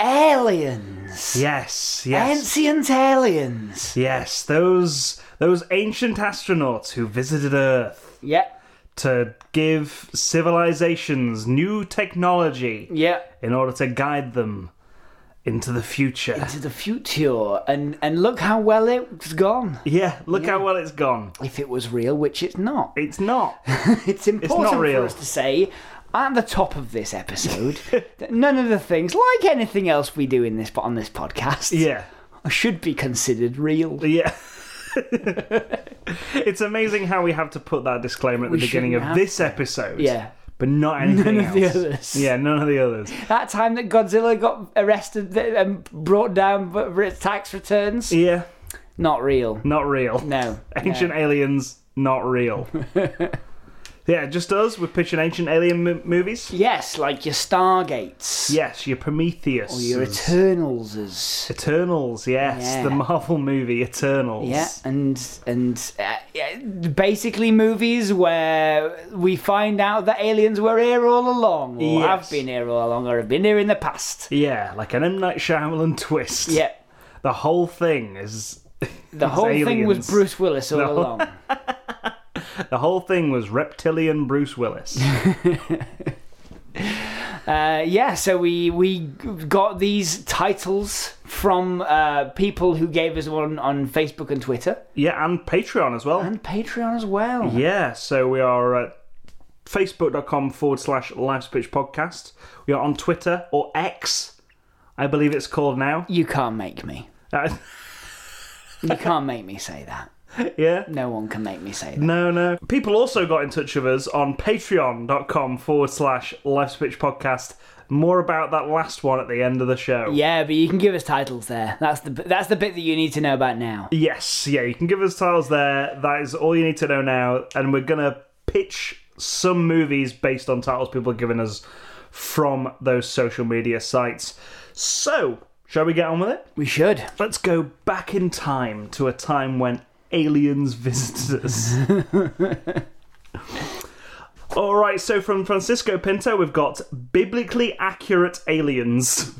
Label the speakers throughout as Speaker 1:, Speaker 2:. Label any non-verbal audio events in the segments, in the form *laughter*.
Speaker 1: Aliens.
Speaker 2: Yes, yes.
Speaker 1: Ancient Aliens.
Speaker 2: Yes, those those ancient astronauts who visited Earth
Speaker 1: Yeah,
Speaker 2: to give civilizations new technology
Speaker 1: yeah.
Speaker 2: in order to guide them into the future.
Speaker 1: To the future. And, and look how well it's gone.
Speaker 2: Yeah, look how well it's gone.
Speaker 1: If it was real, which it's not.
Speaker 2: It's not.
Speaker 1: *laughs* It's important
Speaker 2: real.
Speaker 1: for us to say at the top of this episode that none of the things, like anything else we do in this on this *laughs* podcast,
Speaker 2: yeah.
Speaker 1: should be considered real.
Speaker 2: Yeah. *laughs* it's amazing how we have to put that disclaimer at the
Speaker 1: We
Speaker 2: beginning of
Speaker 1: shouldn't have
Speaker 2: this episode.
Speaker 1: Yeah.
Speaker 2: But not anything
Speaker 1: None of the
Speaker 2: else.
Speaker 1: others.
Speaker 2: Yeah, none of the others.
Speaker 1: That time that Godzilla got arrested and brought down for its tax returns,
Speaker 2: Yeah,
Speaker 1: not real.
Speaker 2: not real.
Speaker 1: No.
Speaker 2: Ancient aliens, not
Speaker 1: *laughs*
Speaker 2: real. yeah, just us. We're pitching ancient alien m- movies.
Speaker 1: Yes, like your Stargates,
Speaker 2: Yes, your Prometheus.
Speaker 1: Oh, your Eternals, as
Speaker 2: Eternals, yes.
Speaker 1: Yeah.
Speaker 2: The Marvel movie Eternals.
Speaker 1: yeah, and and uh, yeah, basically movies where we find out that aliens were here all along, or
Speaker 2: Yes.
Speaker 1: have been here all along, or have been here in the past.
Speaker 2: Yeah, like an M. Night Shyamalan twist.
Speaker 1: Yeah,
Speaker 2: The whole thing is.
Speaker 1: the whole thing was
Speaker 2: aliens.
Speaker 1: Bruce Willis all along.
Speaker 2: The whole thing was reptilian Bruce Willis.
Speaker 1: Uh, yeah, so we we got these titles from uh, people who gave us one on Facebook and Twitter
Speaker 2: yeah, and Patreon as well.
Speaker 1: and Patreon as well.
Speaker 2: yeah, so we are at facebook.com forward slash Life's Pitch podcast. We are on Twitter or X, I believe it's called now.
Speaker 1: You can't make me.
Speaker 2: Uh, *laughs*
Speaker 1: You can't make me say that.
Speaker 2: yeah.
Speaker 1: No one can make me say that.
Speaker 2: No, no. People also got in touch with us on patreon.com forward slash Life's Pitch podcast. More about that last one at the end of the show.
Speaker 1: Yeah, but you can give us titles there. That's the that's the bit that you need to know about now.
Speaker 2: Yes, yeah, you can give us titles there. That is all you need to know now. And we're going to pitch some movies based on titles people have given us from those social media sites. So, shall we get on with it?
Speaker 1: We should.
Speaker 2: Let's go back in time to a time when aliens *laughs* visited us. All right, so from Francisco Pinto, we've got biblically accurate aliens.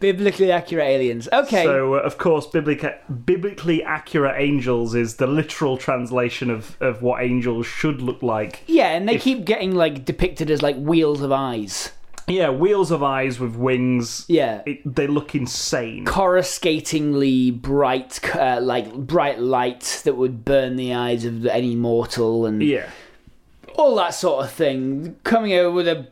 Speaker 1: Biblically accurate aliens. Okay.
Speaker 2: So, uh, of course, biblica- biblically accurate angels is the literal translation of, of what angels should look like.
Speaker 1: yeah, and they keep getting like depicted as like wheels of eyes.
Speaker 2: Yeah, wheels of eyes with wings.
Speaker 1: Yeah.
Speaker 2: It, they look insane.
Speaker 1: coruscatingly bright, uh, like bright light that would burn the eyes of any mortal, and
Speaker 2: Yeah.
Speaker 1: all that sort of thing. Coming over with a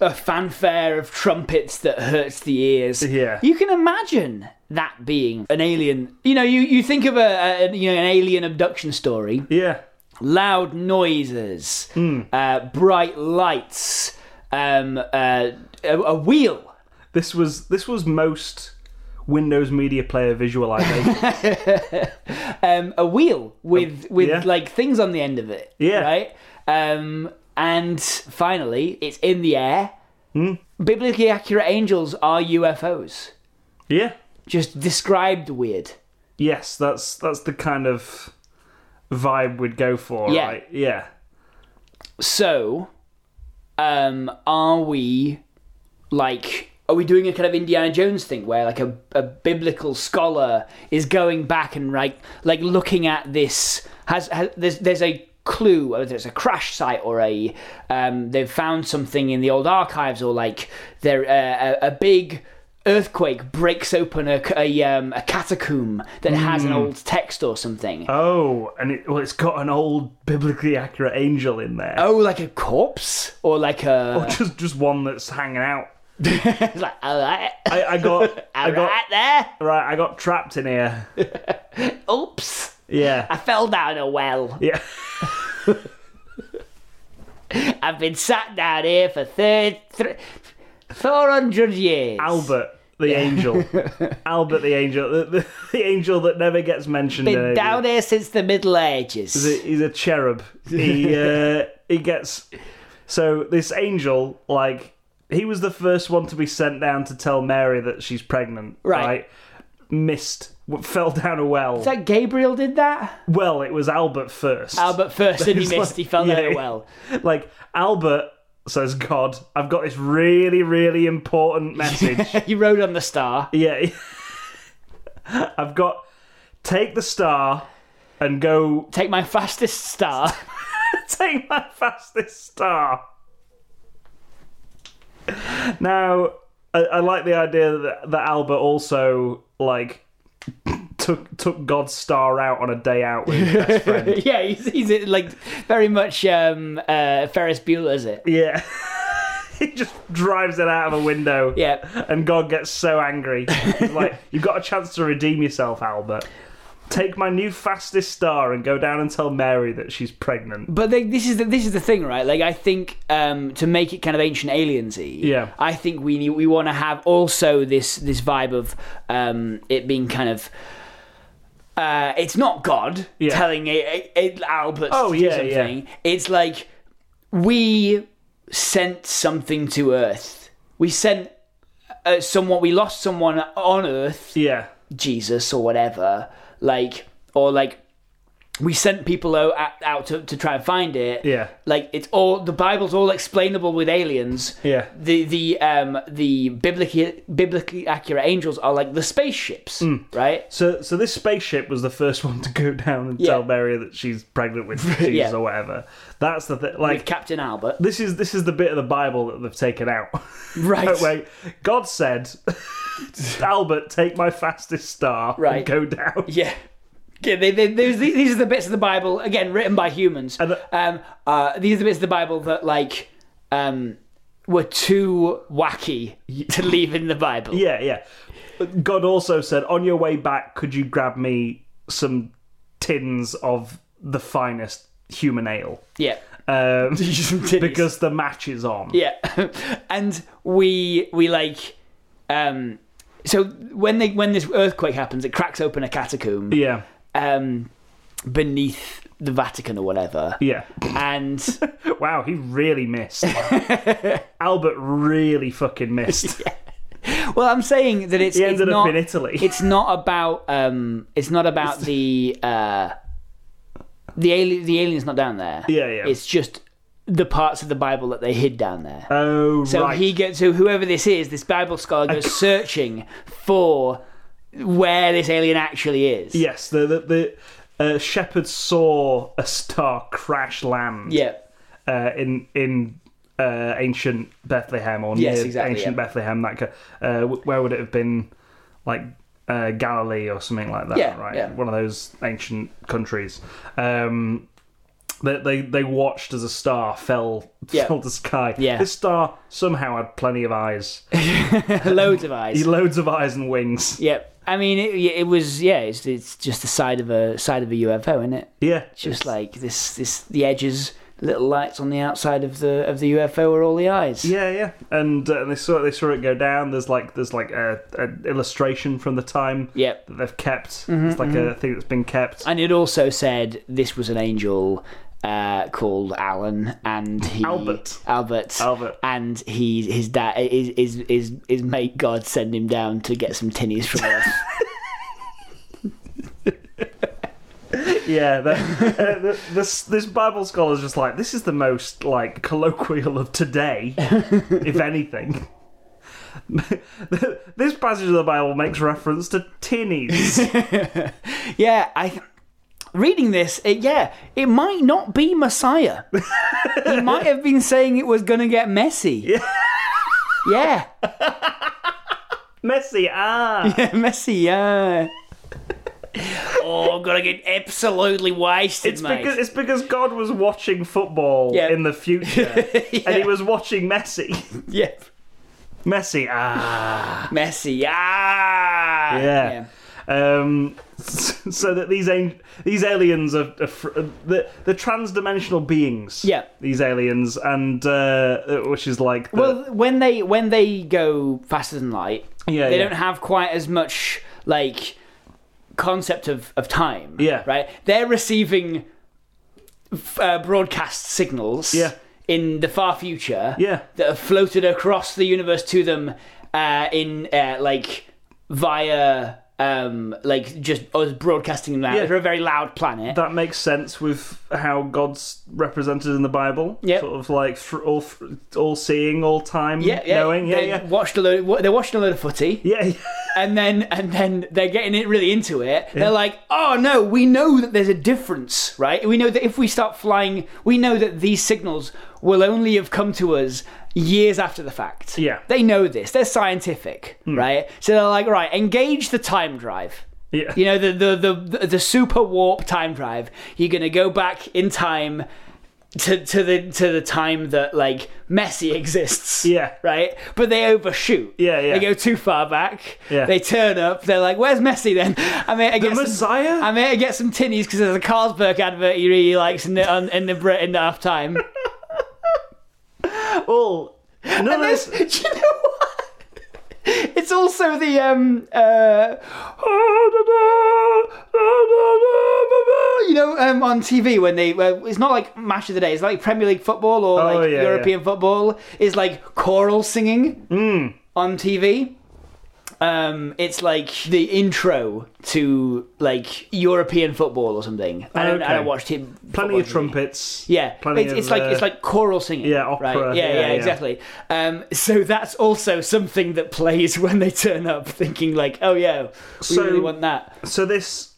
Speaker 1: a fanfare of trumpets that hurts the ears.
Speaker 2: Yeah.
Speaker 1: you can imagine that being an alien. You know, you you think of a, a you know an alien abduction story.
Speaker 2: Yeah.
Speaker 1: Loud noises,
Speaker 2: Hmm.
Speaker 1: uh, bright lights, um, uh, a, a wheel.
Speaker 2: This was this was most Windows Media Player
Speaker 1: *laughs*
Speaker 2: visualization.
Speaker 1: um, a wheel with with
Speaker 2: yeah.
Speaker 1: like things on the end of it.
Speaker 2: Yeah.
Speaker 1: Right. Um, and finally, it's in the air.
Speaker 2: Hmm.
Speaker 1: Biblically accurate angels are UFOs.
Speaker 2: yeah.
Speaker 1: Just described weird.
Speaker 2: Yes, that's that's the kind of vibe we'd go for,
Speaker 1: Yeah.
Speaker 2: right? Yeah.
Speaker 1: So, um, are we like? Are we doing a kind of Indiana Jones thing where like a, a biblical scholar is going back and like like looking at this has, has there's there's a clue whether it's a crash site or a um, they've found something in the old archives or like there uh, a, a big earthquake breaks open a, a, um, a catacomb that has an old text or something
Speaker 2: Oh, and it well it's got an old biblically accurate angel in there.
Speaker 1: oh like a corpse or like a
Speaker 2: *laughs* Just just one that's hanging out.
Speaker 1: it's *laughs* like uh, all right
Speaker 2: I, I
Speaker 1: *laughs*
Speaker 2: got I
Speaker 1: Right
Speaker 2: got
Speaker 1: there.
Speaker 2: right, I got trapped in here.
Speaker 1: Oops. I
Speaker 2: Yeah.
Speaker 1: fell down a well.
Speaker 2: Yeah.
Speaker 1: I've been sat down here for third. Thr- Four hundred years.
Speaker 2: Albert the
Speaker 1: *laughs*
Speaker 2: angel. Albert the angel. The, *laughs* the, the angel that never gets mentioned. in
Speaker 1: Been
Speaker 2: any-
Speaker 1: down here since the Middle Ages.
Speaker 2: He's a, he's a cherub.
Speaker 1: *laughs*
Speaker 2: He uh, he gets so this angel like he was the first one to be sent down to tell Mary that she's pregnant.
Speaker 1: Right.
Speaker 2: Missed. Fell down a well.
Speaker 1: Is that Gabriel did that?
Speaker 2: well, it was Albert first.
Speaker 1: Albert first, and
Speaker 2: *laughs*
Speaker 1: he
Speaker 2: It's like-
Speaker 1: missed. He fell down
Speaker 2: yeah.
Speaker 1: a well.
Speaker 2: Like Albert says, God, I've got this really really important
Speaker 1: *laughs*
Speaker 2: message.
Speaker 1: He rode on the star.
Speaker 2: yeah. *laughs* I've got take the star and go *laughs*
Speaker 1: Take my fastest star.
Speaker 2: take my fastest star. Now, I, I like the idea that, that Albert also like *laughs* took took God's star out on a day out with his best friend.
Speaker 1: *laughs* yeah, he's, he's like very much um, uh, Ferris Bueller's it.
Speaker 2: *laughs* Yeah. *laughs* He just drives it out of a window.
Speaker 1: Yeah.
Speaker 2: And God gets so angry. He's
Speaker 1: *laughs*
Speaker 2: like, You've got a chance to redeem yourself, Albert. Take my new fastest star and go down and tell Mary that she's pregnant.
Speaker 1: But they, this is the, this is the thing, right? Like, I think um, to make it kind of ancient aliensy.
Speaker 2: Yeah.
Speaker 1: I think we need, we want to have also this this vibe of um, it being kind of. Uh, it's not God
Speaker 2: Yeah.
Speaker 1: telling it, it, Albert
Speaker 2: Oh,
Speaker 1: to do
Speaker 2: yeah,
Speaker 1: something. It's like we sent something to Earth. We sent uh, someone. We lost someone on Earth
Speaker 2: Yeah.
Speaker 1: Jesus or whatever, like or like we sent people out, out to, to try and find it.
Speaker 2: Yeah.
Speaker 1: Like it's all the Bible's all explainable with aliens.
Speaker 2: Yeah.
Speaker 1: The the um the biblically biblically accurate angels are like the spaceships,
Speaker 2: Mm.
Speaker 1: right?
Speaker 2: So, so this spaceship was the first one to go down and
Speaker 1: Yeah.
Speaker 2: tell Mary that she's pregnant
Speaker 1: *laughs*
Speaker 2: with Jesus
Speaker 1: Yeah.
Speaker 2: or whatever. That's the thing. Like
Speaker 1: With
Speaker 2: *laughs*
Speaker 1: Captain Albert,
Speaker 2: this is this is the bit of the Bible that they've taken out.
Speaker 1: *laughs* right?
Speaker 2: Wait, God
Speaker 1: *laughs*
Speaker 2: said, Albert, take my fastest star
Speaker 1: Right.
Speaker 2: and go down.
Speaker 1: Yeah. Yeah, they, they, these, these are the bits of the Bible again written by humans.
Speaker 2: the-
Speaker 1: um, uh, these are the bits of the Bible that like um, were too wacky *laughs* to leave in the Bible.
Speaker 2: Yeah, yeah. But God also said, on your way back, could you grab me some tins of the finest human ale?
Speaker 1: Yeah. *laughs*
Speaker 2: Um,
Speaker 1: because
Speaker 2: because the match is on.
Speaker 1: yeah, *laughs* and we we like um so when they when this earthquake happens, it cracks open a catacomb
Speaker 2: Yeah.
Speaker 1: um beneath the Vatican or whatever,
Speaker 2: Yeah.
Speaker 1: and
Speaker 2: Wow, he really
Speaker 1: *laughs*
Speaker 2: missed. Albert really fucking missed.
Speaker 1: well, I'm saying that it's
Speaker 2: He
Speaker 1: it's
Speaker 2: ended
Speaker 1: not
Speaker 2: up in Italy.
Speaker 1: it's not about um it's not about the uh the alien the alien's not down there.
Speaker 2: Yeah, yeah.
Speaker 1: It's just the parts of the Bible that they hid down there.
Speaker 2: oh,
Speaker 1: So
Speaker 2: right.
Speaker 1: he gets so whoever this is, this Bible scholar goes searching for where this alien actually is.
Speaker 2: yes, the the, the uh, shepherd saw a star crash land.
Speaker 1: Yeah.
Speaker 2: Uh, in in uh, ancient Bethlehem or
Speaker 1: Yes,
Speaker 2: near
Speaker 1: exactly,
Speaker 2: ancient
Speaker 1: yeah.
Speaker 2: Bethlehem. That ki- uh, wh- where would it have been? Like. Uh, Galilee or something like that,
Speaker 1: Yeah,
Speaker 2: right?
Speaker 1: yeah.
Speaker 2: One of those ancient countries. Um, that they, they watched as a star fell
Speaker 1: Yeah.
Speaker 2: fell to sky.
Speaker 1: Yeah.
Speaker 2: This star somehow had plenty of
Speaker 1: *laughs*
Speaker 2: eyes.
Speaker 1: *laughs* Loads of eyes.
Speaker 2: loads of eyes and wings.
Speaker 1: Yep. I mean, it, it was yeah. It's, it's just the side of a side of a UFO, isn't it?
Speaker 2: Yeah,
Speaker 1: Just like this, this the edges, little lights on the outside of the of the UFO are all the eyes.
Speaker 2: yeah, yeah. And uh, they saw they saw it go down. There's like there's like a, a illustration from the time
Speaker 1: Yep.
Speaker 2: that they've kept. it's like a thing that's been kept.
Speaker 1: And it also said this was an angel uh, called Alan, and he
Speaker 2: Albert.
Speaker 1: Albert,
Speaker 2: Albert.
Speaker 1: and he his dad is is is is make God send him down to get some tinnies from Earth.
Speaker 2: *laughs* yeah, that, *laughs* uh, th- this this Bible scholar's just like this is the most like colloquial of *laughs* today, if anything. *laughs* this passage of the Bible makes reference to tinnies.
Speaker 1: yeah, I. th- Reading this, it, yeah, it might not be Messiah.
Speaker 2: *laughs*
Speaker 1: he might have been saying it was going to get messy. Yeah. *laughs* yeah.
Speaker 2: Messy, ah,
Speaker 1: *laughs*
Speaker 2: *laughs*
Speaker 1: messy, yeah. oh, I'm going to get absolutely wasted,
Speaker 2: it's
Speaker 1: mate.
Speaker 2: because *laughs*
Speaker 1: *laughs*
Speaker 2: it's because God was watching football
Speaker 1: Yeah.
Speaker 2: in the
Speaker 1: *laughs*
Speaker 2: future, and he was watching Messi. *laughs*
Speaker 1: Yep.
Speaker 2: Messi, ah,
Speaker 1: Messi. Ah.
Speaker 2: yeah. um, *laughs* so that these an- these aliens are, are fr- the the transdimensional beings.
Speaker 1: Yeah.
Speaker 2: these aliens, and uh, which is like the,
Speaker 1: Well, when they when they go faster than light,
Speaker 2: Yeah,
Speaker 1: they
Speaker 2: yeah.
Speaker 1: don't have quite as much like concept of of time.
Speaker 2: Yeah.
Speaker 1: right. They're receiving f- uh, broadcast signals.
Speaker 2: Yeah.
Speaker 1: in the far future.
Speaker 2: Yeah.
Speaker 1: that are floated across the universe to them uh, in uh, like via. Um, like just us broadcasting that.
Speaker 2: Yeah.
Speaker 1: They're a very loud planet.
Speaker 2: that makes sense with how God's represented in the Bible.
Speaker 1: Yep.
Speaker 2: sort of like fr- all fr- all seeing, all time,
Speaker 1: yeah, yeah.
Speaker 2: knowing. Yeah,
Speaker 1: they
Speaker 2: yeah.
Speaker 1: Watched a load. wa- They're watching a load of footy.
Speaker 2: Yeah, yeah.
Speaker 1: and then and then they're getting it really into it. They're like, "Oh no, we know that there's a difference, right? We know that if we start flying, we know that these signals will only have come to us years after the fact."
Speaker 2: Yeah.
Speaker 1: they know this. They're scientific, right? So they're like, "Right, engage the time drive."
Speaker 2: Yeah.
Speaker 1: You know the the the the- the super warp time drive. You're gonna go back in time to to the to the time that like Messi *laughs* exists.
Speaker 2: Yeah.
Speaker 1: Right. But they overshoot.
Speaker 2: Yeah, yeah.
Speaker 1: They go too far back.
Speaker 2: Yeah.
Speaker 1: They turn up. They're like, "Where's Messi then? I'm here to get some,
Speaker 2: Messiah?
Speaker 1: I'm here to get some tinnies because there's a Carlsberg advert he really likes in the on, in the Brit in the half time.
Speaker 2: all. None of
Speaker 1: This,
Speaker 2: this.
Speaker 1: *laughs* do you know what? It's also the um uh you know um on TV when they well, it's not like match of the day it's like Premier League football or
Speaker 2: Oh,
Speaker 1: like
Speaker 2: yeah, Hmm.
Speaker 1: European football is like choral singing on TV. Um, it's like the intro to like European football or something. I don't, I
Speaker 2: Okay.
Speaker 1: don't watch him.
Speaker 2: Plenty of trumpets.
Speaker 1: Yeah,
Speaker 2: Plenty
Speaker 1: it's,
Speaker 2: of,
Speaker 1: it's like it's
Speaker 2: uh,
Speaker 1: like choral singing.
Speaker 2: yeah, opera,
Speaker 1: Right? Yeah,
Speaker 2: yeah,
Speaker 1: yeah,
Speaker 2: yeah.
Speaker 1: exactly. Um, so that's also something that plays *laughs* when they turn up, thinking like, oh yeah, we
Speaker 2: So-
Speaker 1: really want that.
Speaker 2: so this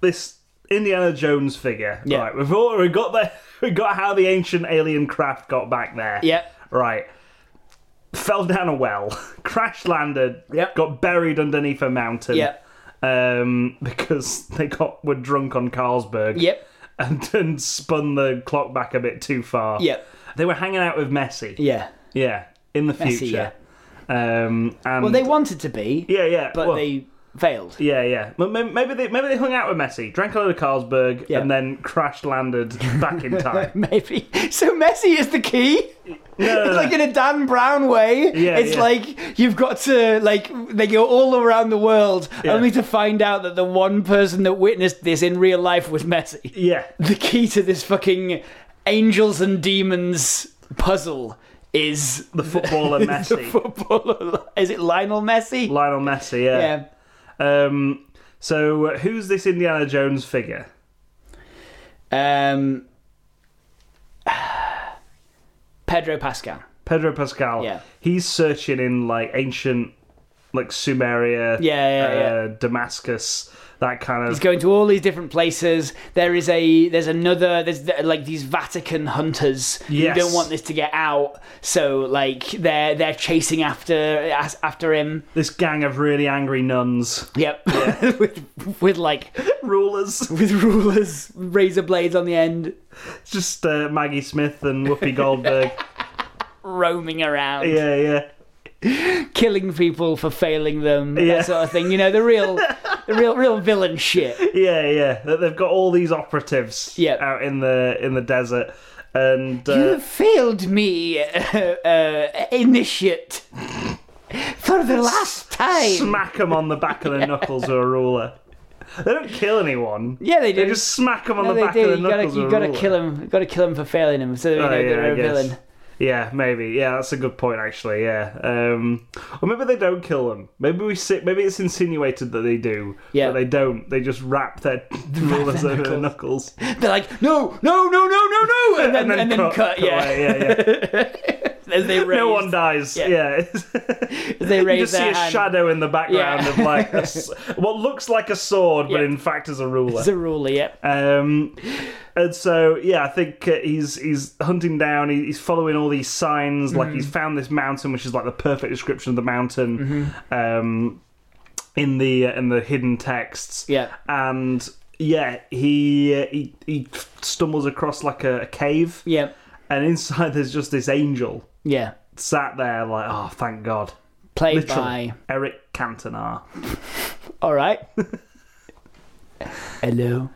Speaker 2: this Indiana Jones figure.
Speaker 1: Yeah.
Speaker 2: Right, we've all, we got the *laughs* we got how the ancient alien craft got back there.
Speaker 1: Yeah.
Speaker 2: Right. Fell down a well, *laughs* crash landed,
Speaker 1: Yeah.
Speaker 2: got buried underneath a mountain.
Speaker 1: Yeah.
Speaker 2: Um, *laughs* because they got were drunk on Carlsberg.
Speaker 1: Yep.
Speaker 2: *laughs* And, and spun the clock back a bit too far.
Speaker 1: Yep.
Speaker 2: They were hanging out with Messi.
Speaker 1: Yeah.
Speaker 2: Yeah, in the future. Um, and
Speaker 1: Well, they wanted to be,
Speaker 2: yeah, yeah,
Speaker 1: but
Speaker 2: well-
Speaker 1: they failed. *laughs*
Speaker 2: yeah, yeah. M- m- Maybe they maybe they hung out with Messi, drank a load of Carlsberg,
Speaker 1: Yeah.
Speaker 2: and then crash landed back
Speaker 1: *laughs*
Speaker 2: in time.
Speaker 1: Maybe. So Messi is the key.
Speaker 2: no,
Speaker 1: *laughs*
Speaker 2: no.
Speaker 1: It's like in a Dan Brown way.
Speaker 2: Yeah,
Speaker 1: it's
Speaker 2: yeah.
Speaker 1: like you've got to like they go all around the world only to find out that the one person that witnessed this in real life was Messi.
Speaker 2: yeah,
Speaker 1: the key to this fucking angels and demons puzzle is
Speaker 2: the footballer
Speaker 1: *laughs* the
Speaker 2: Messi,
Speaker 1: footballer. Is it Lionel Messi?
Speaker 2: Lionel Messi. Yeah.
Speaker 1: yeah.
Speaker 2: Um. So uh, who's this Indiana Jones figure?
Speaker 1: Um, *sighs* Pedro Pascal.
Speaker 2: Pedro Pascal.
Speaker 1: Yeah.
Speaker 2: He's searching in like ancient, like Sumeria.
Speaker 1: Yeah, yeah,
Speaker 2: uh, Damascus. That kind of.
Speaker 1: He's going to all these different places. There is a there's another there's th- like these Vatican hunters
Speaker 2: Yes.
Speaker 1: who don't want this to get out. So like they're they're chasing after as- after him.
Speaker 2: this gang of really angry nuns, *laughs*
Speaker 1: Yep. *laughs* with with like
Speaker 2: rulers.
Speaker 1: with rulers, razor blades on the end.
Speaker 2: It's just uh, Maggie Smith and
Speaker 1: *laughs*
Speaker 2: Whoopi Goldberg.
Speaker 1: roaming around,
Speaker 2: yeah, yeah.
Speaker 1: killing people for failing them,
Speaker 2: Yeah.
Speaker 1: that sort of thing. You know, the real, the real, real villain shit.
Speaker 2: *laughs* Yeah, yeah. That they've got all these operatives
Speaker 1: Yep.
Speaker 2: out in the in the desert, and
Speaker 1: You
Speaker 2: uh,
Speaker 1: failed me, uh, uh, initiate, for the last time.
Speaker 2: smack them on the back of
Speaker 1: *laughs*
Speaker 2: the knuckles with a ruler. They don't kill anyone.
Speaker 1: yeah, they do.
Speaker 2: They just smack them on
Speaker 1: No,
Speaker 2: the
Speaker 1: they
Speaker 2: back
Speaker 1: do.
Speaker 2: of the
Speaker 1: You gotta,
Speaker 2: knuckles
Speaker 1: you
Speaker 2: with a
Speaker 1: gotta
Speaker 2: ruler.
Speaker 1: kill him. Gotta kill him for failing him, so that you
Speaker 2: Oh,
Speaker 1: know
Speaker 2: yeah,
Speaker 1: they're
Speaker 2: I
Speaker 1: a
Speaker 2: guess.
Speaker 1: villain.
Speaker 2: Yeah, maybe. Yeah, that's a good point. Actually, yeah. Um, or maybe they don't kill them. Maybe we sit. Maybe it's insinuated that they do.
Speaker 1: Yeah.
Speaker 2: but they don't. They just wrap
Speaker 1: *laughs*
Speaker 2: their rulers over their knuckles
Speaker 1: They're like, no, no, no, no, no,
Speaker 2: *laughs*
Speaker 1: no, and then and then, cut. yeah,
Speaker 2: away. yeah, yeah.
Speaker 1: *laughs* as they raise,
Speaker 2: no one dies.
Speaker 1: Yeah.
Speaker 2: yeah.
Speaker 1: as *laughs* they raise
Speaker 2: you just see
Speaker 1: their
Speaker 2: a
Speaker 1: hand.
Speaker 2: shadow in the background
Speaker 1: Yeah.
Speaker 2: of like
Speaker 1: *laughs*
Speaker 2: a s what looks like a sword, but
Speaker 1: Yeah.
Speaker 2: in fact is a ruler.
Speaker 1: It's a ruler. Yep.
Speaker 2: Um, and so yeah, I think uh, he's he's hunting down. he- He's following all these signs. Like
Speaker 1: Mm-hmm.
Speaker 2: he's found this mountain, which is like the perfect description of the mountain.
Speaker 1: Mm-hmm.
Speaker 2: Um, in the uh, in the hidden texts.
Speaker 1: Yeah.
Speaker 2: and yeah, he uh, he he stumbles across like a, a cave,
Speaker 1: Yep.
Speaker 2: and inside *laughs* there's just this angel
Speaker 1: Yeah.
Speaker 2: sat there like, oh, thank God.
Speaker 1: Played
Speaker 2: Literally.
Speaker 1: by
Speaker 2: Eric Cantona.
Speaker 1: All
Speaker 2: *laughs*
Speaker 1: right. Hello.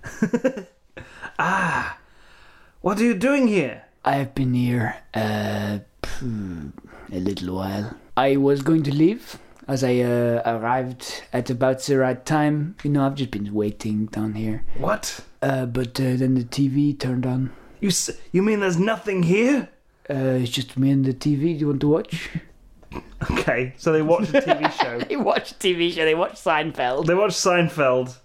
Speaker 2: What are you doing here?
Speaker 1: I have been here uh, phew, a little while. I was going to leave as I uh, arrived at about the right time. You know, I've just been waiting down here.
Speaker 2: What?
Speaker 1: Uh, but uh, then the TV turned on.
Speaker 2: You s- you mean there's nothing here? *laughs*
Speaker 1: Uh, it's just me and the TV. Do you want to *laughs* watch?
Speaker 2: Okay, so they watched a
Speaker 1: *laughs*
Speaker 2: TV show.
Speaker 1: They watch TV show. They watch Seinfeld.
Speaker 2: They watched Seinfeld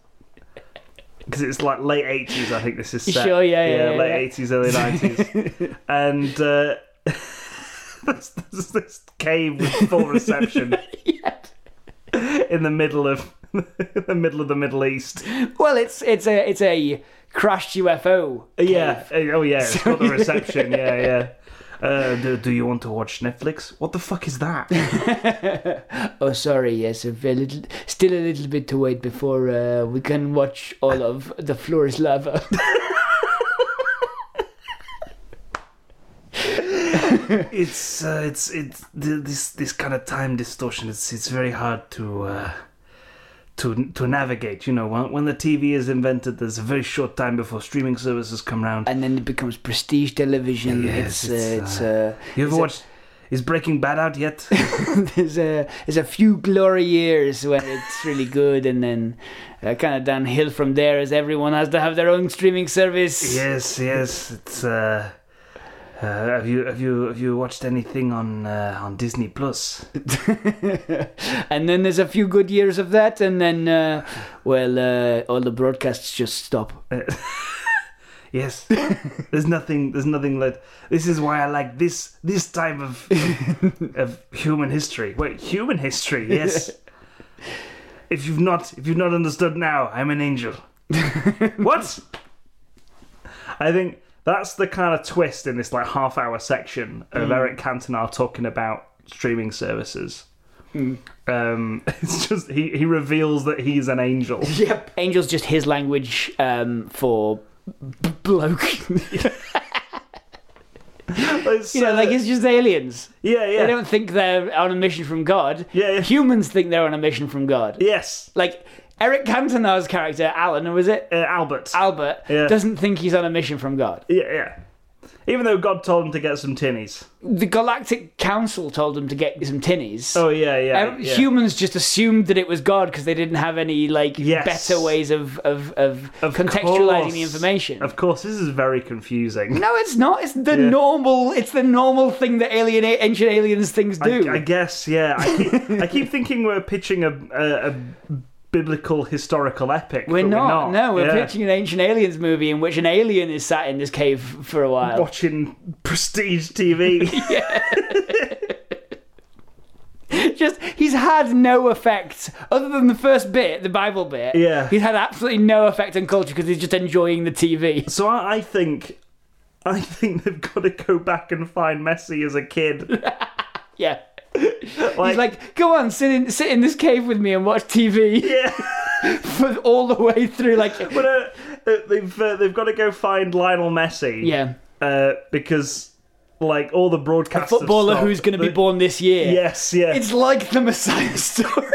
Speaker 2: because it's like late eighties. I think this is set.
Speaker 1: Sure, yeah, yeah, yeah, yeah.
Speaker 2: late eighties, early nineties,
Speaker 1: *laughs*
Speaker 2: and uh, *laughs* there's, there's this cave with full
Speaker 1: *laughs*
Speaker 2: reception in the middle of *laughs* in the middle of the Middle East.
Speaker 1: *laughs* Well, it's it's a it's a crashed UFO.
Speaker 2: Yeah. Oh yeah. It's called *laughs* the reception. Yeah, yeah. Uh, do, do you want to watch Netflix? What the fuck is *laughs* that?
Speaker 1: Oh, sorry. Yes, a very little, still a little bit to wait before uh, we can watch all of the floor is lava. *laughs*
Speaker 2: It's uh, it's it's th- this this kind of time distortion. It's it's very hard to uh, to to navigate. You know, when, when the TV is invented, there's a very short time before streaming services come round.
Speaker 1: and then it becomes prestige television.
Speaker 2: Yes, it's,
Speaker 1: it's
Speaker 2: uh,
Speaker 1: it's, uh,
Speaker 2: You ever
Speaker 1: it's a-
Speaker 2: watched? Is Breaking Bad out *laughs* yet?
Speaker 1: *laughs* there's a there's a few glory years when it's really good, and then uh, kind of downhill from there as everyone has to have their own streaming service.
Speaker 2: yes, yes. It's uh, uh, have you have you have you watched anything on uh, on Disney Plus?
Speaker 1: and then there's a few good years of that, and then uh, well, uh, all the broadcasts just stop.
Speaker 2: Yes. there's nothing. There's nothing like. This is why I like this this time
Speaker 1: *laughs*
Speaker 2: of of, of human history. Wait, human history.
Speaker 1: *laughs*
Speaker 2: Yes. if you've not if you've not understood now, I'm an
Speaker 1: *laughs*
Speaker 2: angel. what? I think that's the kind of twist in this like half hour section of
Speaker 1: Mm.
Speaker 2: Eric Cantona talking about streaming services.
Speaker 1: Mm.
Speaker 2: Um, *laughs* it's just he, he reveals that he's an
Speaker 1: *laughs*
Speaker 2: angel.
Speaker 1: Yep, angel's just his language um, for b- bloke. *laughs*
Speaker 2: It's,
Speaker 1: you know,
Speaker 2: uh,
Speaker 1: like it's just aliens.
Speaker 2: yeah, yeah,
Speaker 1: They don't think they're on a mission from God.
Speaker 2: Yeah, yeah.
Speaker 1: Humans think they're on a mission from God.
Speaker 2: yes.
Speaker 1: Like Eric Cantona's character, Alan, or was it
Speaker 2: Uh, Albert.
Speaker 1: Albert,
Speaker 2: Yeah.
Speaker 1: doesn't think he's on a mission from God.
Speaker 2: Yeah, yeah. Even though God told him to get some tinnies.
Speaker 1: The Galactic Council told him to get some tinnies.
Speaker 2: Oh yeah, yeah.
Speaker 1: Um,
Speaker 2: yeah.
Speaker 1: Humans just assumed that it was God because they didn't have any like
Speaker 2: Yes.
Speaker 1: better ways of of, of,
Speaker 2: Of
Speaker 1: contextualizing
Speaker 2: course.
Speaker 1: the information.
Speaker 2: Of course, this is very confusing.
Speaker 1: no, it's not. It's the normal. It's the normal thing that alien ancient aliens things do.
Speaker 2: I guess, yeah. I keep, I keep thinking we're pitching a, a, a biblical historical epic.
Speaker 1: we're,
Speaker 2: but
Speaker 1: not,
Speaker 2: We're not.
Speaker 1: No, we're
Speaker 2: yeah.
Speaker 1: pitching an ancient aliens movie in which an alien is sat in this cave for a while.
Speaker 2: Watching prestige
Speaker 1: *laughs*
Speaker 2: TV.
Speaker 1: *laughs* just he's had no effect other than the first bit, the Bible bit.
Speaker 2: Yeah.
Speaker 1: he's had absolutely no effect on culture because he's just enjoying the TV.
Speaker 2: so I, I think, I think they've got to go back and find Messi as a kid.
Speaker 1: *laughs* Yeah, he's like, go on, sit in, sit in this cave with me and watch TV
Speaker 2: *laughs* yeah.
Speaker 1: *laughs* for all the way
Speaker 2: *laughs*
Speaker 1: through. Like,
Speaker 2: But uh, uh, they've uh, they've got to go find Lionel Messi.
Speaker 1: yeah,
Speaker 2: Uh, because like all the broadcasters.
Speaker 1: footballer
Speaker 2: stopped.
Speaker 1: who's going to be
Speaker 2: The-
Speaker 1: born this year.
Speaker 2: Yes, yeah,
Speaker 1: it's like the Messiah *laughs* story.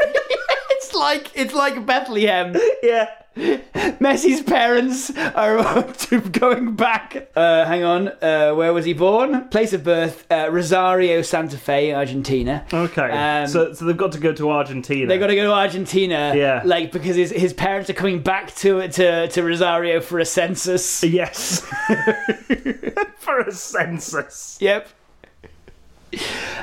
Speaker 1: It's like it's like Bethlehem. *laughs*
Speaker 2: yeah.
Speaker 1: Messi's parents are *laughs* to going back. Uh, hang on, uh, where was he born? Place of birth: uh, Rosario, Santa Fe, Argentina.
Speaker 2: Okay,
Speaker 1: Um,
Speaker 2: so so they've got to go to Argentina.
Speaker 1: They got to go to Argentina,
Speaker 2: Yeah.
Speaker 1: like because his, his parents are coming back to to to Rosario for a census.
Speaker 2: yes *laughs* for a census.
Speaker 1: Yep.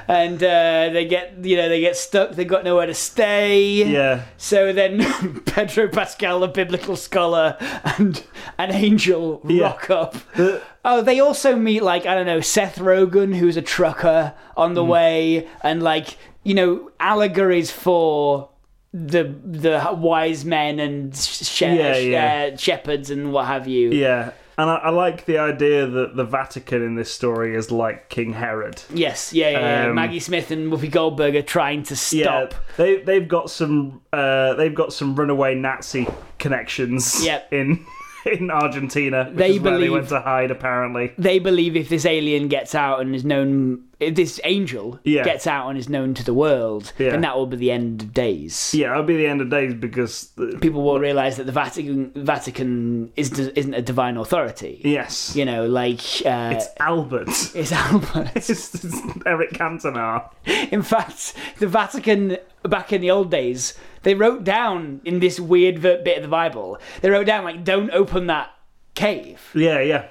Speaker 1: And uh, they get you know they get stuck. They got nowhere to stay.
Speaker 2: Yeah,
Speaker 1: So then *laughs* Pedro Pascal, a biblical scholar, and an angel rock up.
Speaker 2: The-
Speaker 1: Oh, they also meet like I don't know Seth Rogen, who's a trucker on
Speaker 2: Mm.
Speaker 1: the way, and like you know allegories for the the wise men and sh-
Speaker 2: Yeah, yeah.
Speaker 1: uh, shepherds and what have you.
Speaker 2: yeah. And I, I like the idea that the Vatican in this story is like King Herod.
Speaker 1: Yes, yeah, yeah, yeah.
Speaker 2: Um,
Speaker 1: Maggie Smith and Whoopi Goldberg are trying to stop.
Speaker 2: Yeah, they they've got some uh, they've got some runaway Nazi connections.
Speaker 1: Yep.
Speaker 2: in *laughs* in Argentina, which
Speaker 1: They
Speaker 2: is where they
Speaker 1: believe-
Speaker 2: went to hide apparently.
Speaker 1: They believe if this alien gets out and is known if this angel
Speaker 2: Yeah.
Speaker 1: gets out and is known to the world,
Speaker 2: Yeah.
Speaker 1: then that will be the end of days.
Speaker 2: Yeah, that'll be the end of days because uh,
Speaker 1: People will realize that the Vatican Vatican is, isn't a divine authority.
Speaker 2: yes,
Speaker 1: You know, like uh,
Speaker 2: it's Albert. *laughs*
Speaker 1: it's Albert.
Speaker 2: It's, *laughs* it's Eric Cantona.
Speaker 1: *laughs* In fact, the Vatican back in the old days, they wrote down in this weird ver- bit of the Bible, they wrote down like, "Don't open that cave,"
Speaker 2: Yeah, yeah.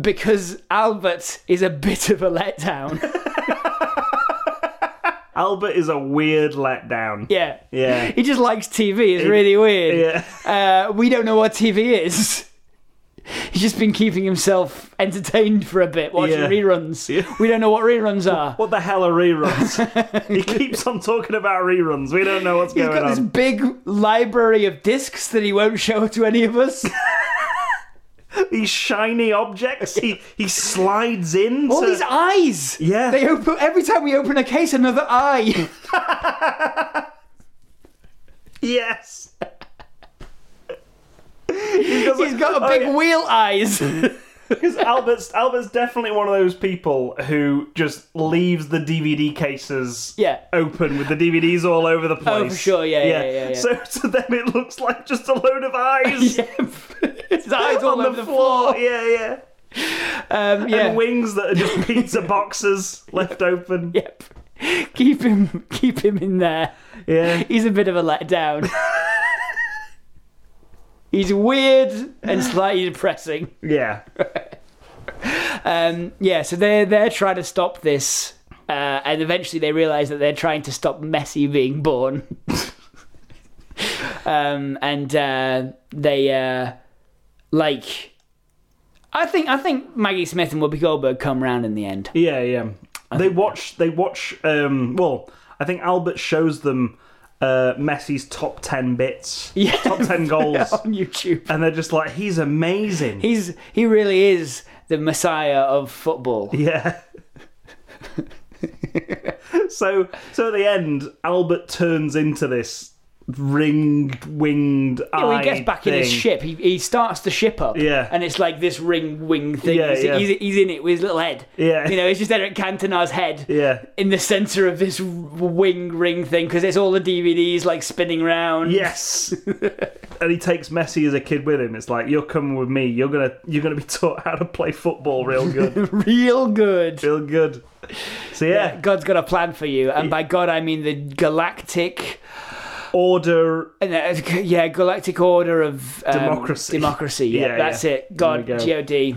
Speaker 1: because Albert is a bit of a letdown. *laughs*
Speaker 2: Albert is a weird letdown.
Speaker 1: yeah,
Speaker 2: Yeah.
Speaker 1: He just likes TV. It's really weird.
Speaker 2: Yeah. *laughs*
Speaker 1: Uh, we don't know what TV is. *laughs* He's just been keeping himself entertained for a bit, watching
Speaker 2: Yeah.
Speaker 1: reruns. We don't know what reruns are.
Speaker 2: What the hell are reruns? he keeps on talking about reruns. We don't know what's
Speaker 1: He's
Speaker 2: going
Speaker 1: got this
Speaker 2: on.
Speaker 1: big library of discs that he won't show to any of *laughs* us.
Speaker 2: These shiny objects.
Speaker 1: *laughs*
Speaker 2: He he slides in.
Speaker 1: All
Speaker 2: to-
Speaker 1: these Oh, eyes.
Speaker 2: Yeah.
Speaker 1: They open every time we open a case, another *laughs* eye.
Speaker 2: yes. *laughs* He doesn't-
Speaker 1: He's got a
Speaker 2: Oh,
Speaker 1: big
Speaker 2: yeah.
Speaker 1: wheel *laughs* eyes.
Speaker 2: Because Albert's Albert's definitely one of those people who just leaves the DVD cases
Speaker 1: Yeah. Oh,
Speaker 2: open with the DVDs all over the place.
Speaker 1: sure, yeah, yeah, yeah, yeah.
Speaker 2: So to them it looks like just a load of
Speaker 1: *laughs*
Speaker 2: eyes
Speaker 1: His eyes all
Speaker 2: on
Speaker 1: over the floor.
Speaker 2: Yeah, yeah.
Speaker 1: Um, yeah.
Speaker 2: And wings that are
Speaker 1: *laughs*
Speaker 2: just pizza boxes left open. Yeah.
Speaker 1: yep. Keep him, keep him in there. He's a bit of a letdown. He's weird and slightly depressing.
Speaker 2: Yeah.
Speaker 1: Um, yeah, so they're they're trying to stop this, uh, and eventually they realise that they're trying to stop Messi being born. *laughs* um, and uh, they uh, like, I think I think Maggie Smith and Whoopi Goldberg come round in the end.
Speaker 2: Yeah, yeah. They watch they watch um well, I think Albert shows them uh Messi's top 10 bits.
Speaker 1: Yeah.
Speaker 2: Top
Speaker 1: *laughs*
Speaker 2: 10 goals.
Speaker 1: on YouTube.
Speaker 2: and they're just like he's amazing.
Speaker 1: He's he really is the messiah of football.
Speaker 2: *laughs* Yeah. *laughs* so so at the end, Albert turns into this ringed, winged.
Speaker 1: Yeah, well,
Speaker 2: eye
Speaker 1: he gets back in his
Speaker 2: thing.
Speaker 1: ship. He, he starts the ship up.
Speaker 2: Yeah.
Speaker 1: And it's like this ring wing thing.
Speaker 2: Yeah,
Speaker 1: he's,
Speaker 2: yeah.
Speaker 1: He's, he's in it with his little head.
Speaker 2: Yeah.
Speaker 1: You know, it's just Eric Cantona's head
Speaker 2: Yeah.
Speaker 1: in the center of this wing ring thing because it's all the DVDs like spinning round.
Speaker 2: Yes. and he takes Messi as a kid with him. It's like you're coming with me. You're gonna you're gonna be taught how to play football real
Speaker 1: *laughs*
Speaker 2: good,
Speaker 1: *laughs* Real good.
Speaker 2: real good. So yeah,
Speaker 1: God's got a plan for you. And by God, I mean the galactic.
Speaker 2: order.
Speaker 1: And uh, yeah, galactic order of um,
Speaker 2: Democracy.
Speaker 1: Democracy. Yeah,
Speaker 2: Yeah,
Speaker 1: that's
Speaker 2: yeah.
Speaker 1: it. God,
Speaker 2: There we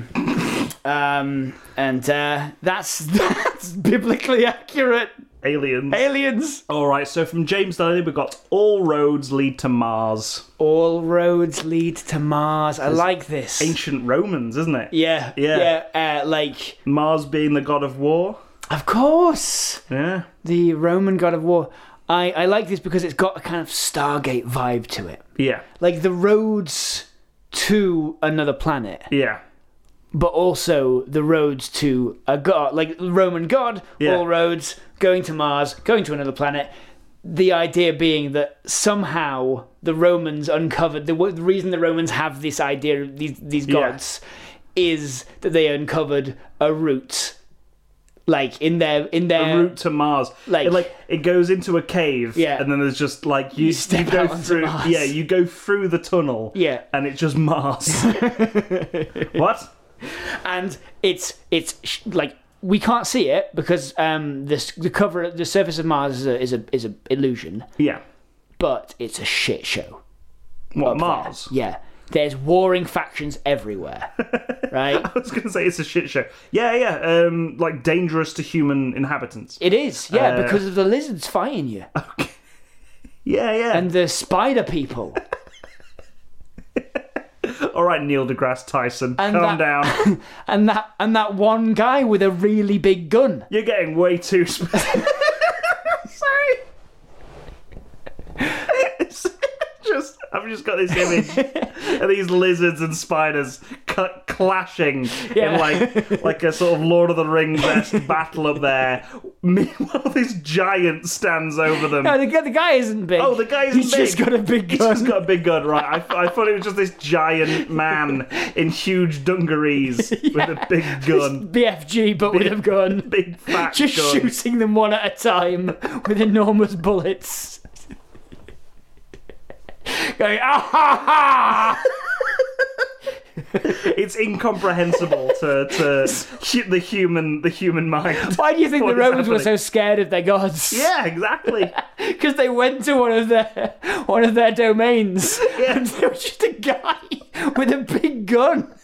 Speaker 1: God. Um, and uh, that's *laughs* that's biblically accurate.
Speaker 2: Aliens.
Speaker 1: Aliens.
Speaker 2: All right. So from James Daly, we got all roads lead to Mars.
Speaker 1: All roads lead to Mars. I like this.
Speaker 2: Ancient Romans, isn't it?
Speaker 1: Yeah,
Speaker 2: Yeah.
Speaker 1: yeah. Uh, like,
Speaker 2: Mars being the god of war.
Speaker 1: of course,
Speaker 2: Yeah.
Speaker 1: the Roman god of war. I I like this because it's got a kind of Stargate vibe to it.
Speaker 2: Yeah.
Speaker 1: Like the roads to another planet,
Speaker 2: Yeah.
Speaker 1: but also the roads to a god, like Roman god.
Speaker 2: Yeah.
Speaker 1: All roads going to Mars, going to another planet. The idea being that somehow the Romans uncovered the, the reason the Romans have this idea of these these
Speaker 2: Yeah.
Speaker 1: gods is that they uncovered a route, like in their in their
Speaker 2: a route to Mars.
Speaker 1: Like-
Speaker 2: it, like it goes into a cave,
Speaker 1: Yeah.
Speaker 2: and then there's just like you,
Speaker 1: step
Speaker 2: you go
Speaker 1: out onto
Speaker 2: through,
Speaker 1: Mars.
Speaker 2: yeah, you go through the tunnel,
Speaker 1: Yeah.
Speaker 2: and it's just
Speaker 1: *laughs*
Speaker 2: Mars. what?
Speaker 1: and it's it's sh- like we can't see it because um this the cover the surface of Mars is a is a is a illusion,
Speaker 2: Yeah,
Speaker 1: but it's a shit show.
Speaker 2: what
Speaker 1: up
Speaker 2: Mars? *laughs*
Speaker 1: there. Yeah. There's warring factions everywhere. right?
Speaker 2: I was gonna say it's a shit show. Yeah, yeah, um, like dangerous to human inhabitants.
Speaker 1: It is, yeah,
Speaker 2: Uh,
Speaker 1: because of the lizards fighting you.
Speaker 2: Yeah, yeah.
Speaker 1: And the spider people.
Speaker 2: All right, Neil deGrasse Tyson,
Speaker 1: And
Speaker 2: calm
Speaker 1: that- *laughs*
Speaker 2: down.
Speaker 1: And that and that one guy with a really big gun.
Speaker 2: You're getting way too. Sp- *laughs* Sorry. It's just, I've just got this image of these lizards and spiders cl- clashing
Speaker 1: Yeah. *laughs*
Speaker 2: in like like a sort of Lord of the Rings esque battle up there. Meanwhile, this giant stands over them.
Speaker 1: No, the, guy- the guy isn't big.
Speaker 2: Oh, the guy isn't
Speaker 1: He's
Speaker 2: big.
Speaker 1: just got a big
Speaker 2: He's
Speaker 1: gun. *laughs*
Speaker 2: just got a big gun, right? I, I thought it was just this giant man in huge
Speaker 1: *laughs*
Speaker 2: dungarees with a big gun,
Speaker 1: BFG, but with a gun.
Speaker 2: *laughs* big fat
Speaker 1: *laughs* Just
Speaker 2: gun.
Speaker 1: shooting them one at a time *laughs* with enormous bullets. *laughs* Going,
Speaker 2: *laughs*
Speaker 1: ah ha ha!
Speaker 2: It's incomprehensible to, to hu- the human the human mind.
Speaker 1: Why do you think
Speaker 2: What
Speaker 1: the
Speaker 2: is
Speaker 1: Romans were so
Speaker 2: happening?
Speaker 1: scared of their gods?
Speaker 2: Yeah, exactly.
Speaker 1: because they went to one of their one of their domains,
Speaker 2: Yeah.
Speaker 1: and there was just a guy with a big gun.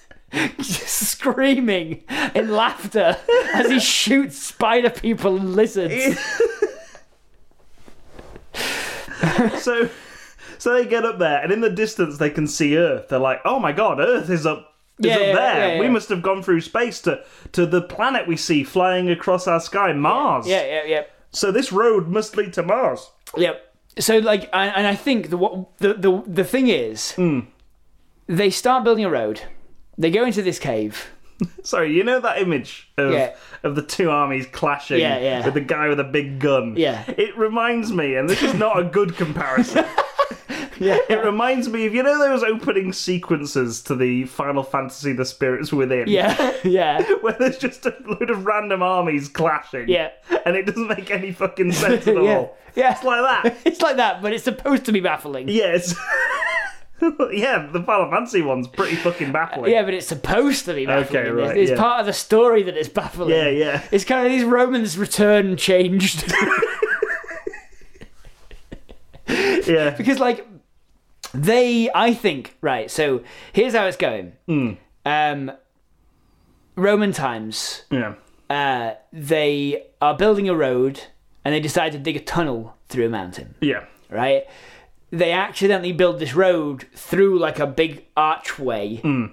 Speaker 1: Just screaming in laughter as he shoots spider people and lizards.
Speaker 2: so so they get up there and in the distance they can see earth they're like oh my god earth is up is
Speaker 1: Yeah,
Speaker 2: up
Speaker 1: yeah,
Speaker 2: there
Speaker 1: yeah, yeah.
Speaker 2: we must have gone through space to to the planet we see flying across our sky mars
Speaker 1: Yeah, yeah, yeah.
Speaker 2: so this road must lead to mars
Speaker 1: Yep. So like, I, and I think the what the the, the thing is,
Speaker 2: Hmm.
Speaker 1: they start building a road. They go into this cave. *laughs*
Speaker 2: sorry you know that image of
Speaker 1: Yeah.
Speaker 2: of the two armies clashing
Speaker 1: Yeah, yeah.
Speaker 2: with the guy with a big gun
Speaker 1: Yeah.
Speaker 2: it reminds me and this is not a good comparison
Speaker 1: *laughs* Yeah.
Speaker 2: It reminds me of you know those opening sequences to the Final Fantasy: The Spirits Within.
Speaker 1: Yeah, yeah,
Speaker 2: *laughs* where there's just a load of random armies clashing.
Speaker 1: Yeah.
Speaker 2: And it doesn't make any fucking sense at
Speaker 1: *laughs* yeah.
Speaker 2: all.
Speaker 1: yeah.
Speaker 2: It's like that. *laughs*
Speaker 1: It's like that, but it's supposed to be baffling.
Speaker 2: Yes. *laughs* yeah, the Final Fantasy one's pretty fucking baffling.
Speaker 1: Yeah, but it's supposed to be baffling.
Speaker 2: Okay,
Speaker 1: It's-
Speaker 2: right,
Speaker 1: It's
Speaker 2: yeah.
Speaker 1: part of the story that it's baffling.
Speaker 2: Yeah, yeah.
Speaker 1: It's kind of these Romans return changed *laughs* *laughs*
Speaker 2: Yeah.
Speaker 1: because like they, I think, right. So here's how it's going.
Speaker 2: Hmm.
Speaker 1: Um, Roman times.
Speaker 2: Yeah.
Speaker 1: Uh, they are building a road and they decide to dig a tunnel through a mountain.
Speaker 2: Yeah.
Speaker 1: Right? They accidentally build this road through like a big archway.
Speaker 2: Hmm.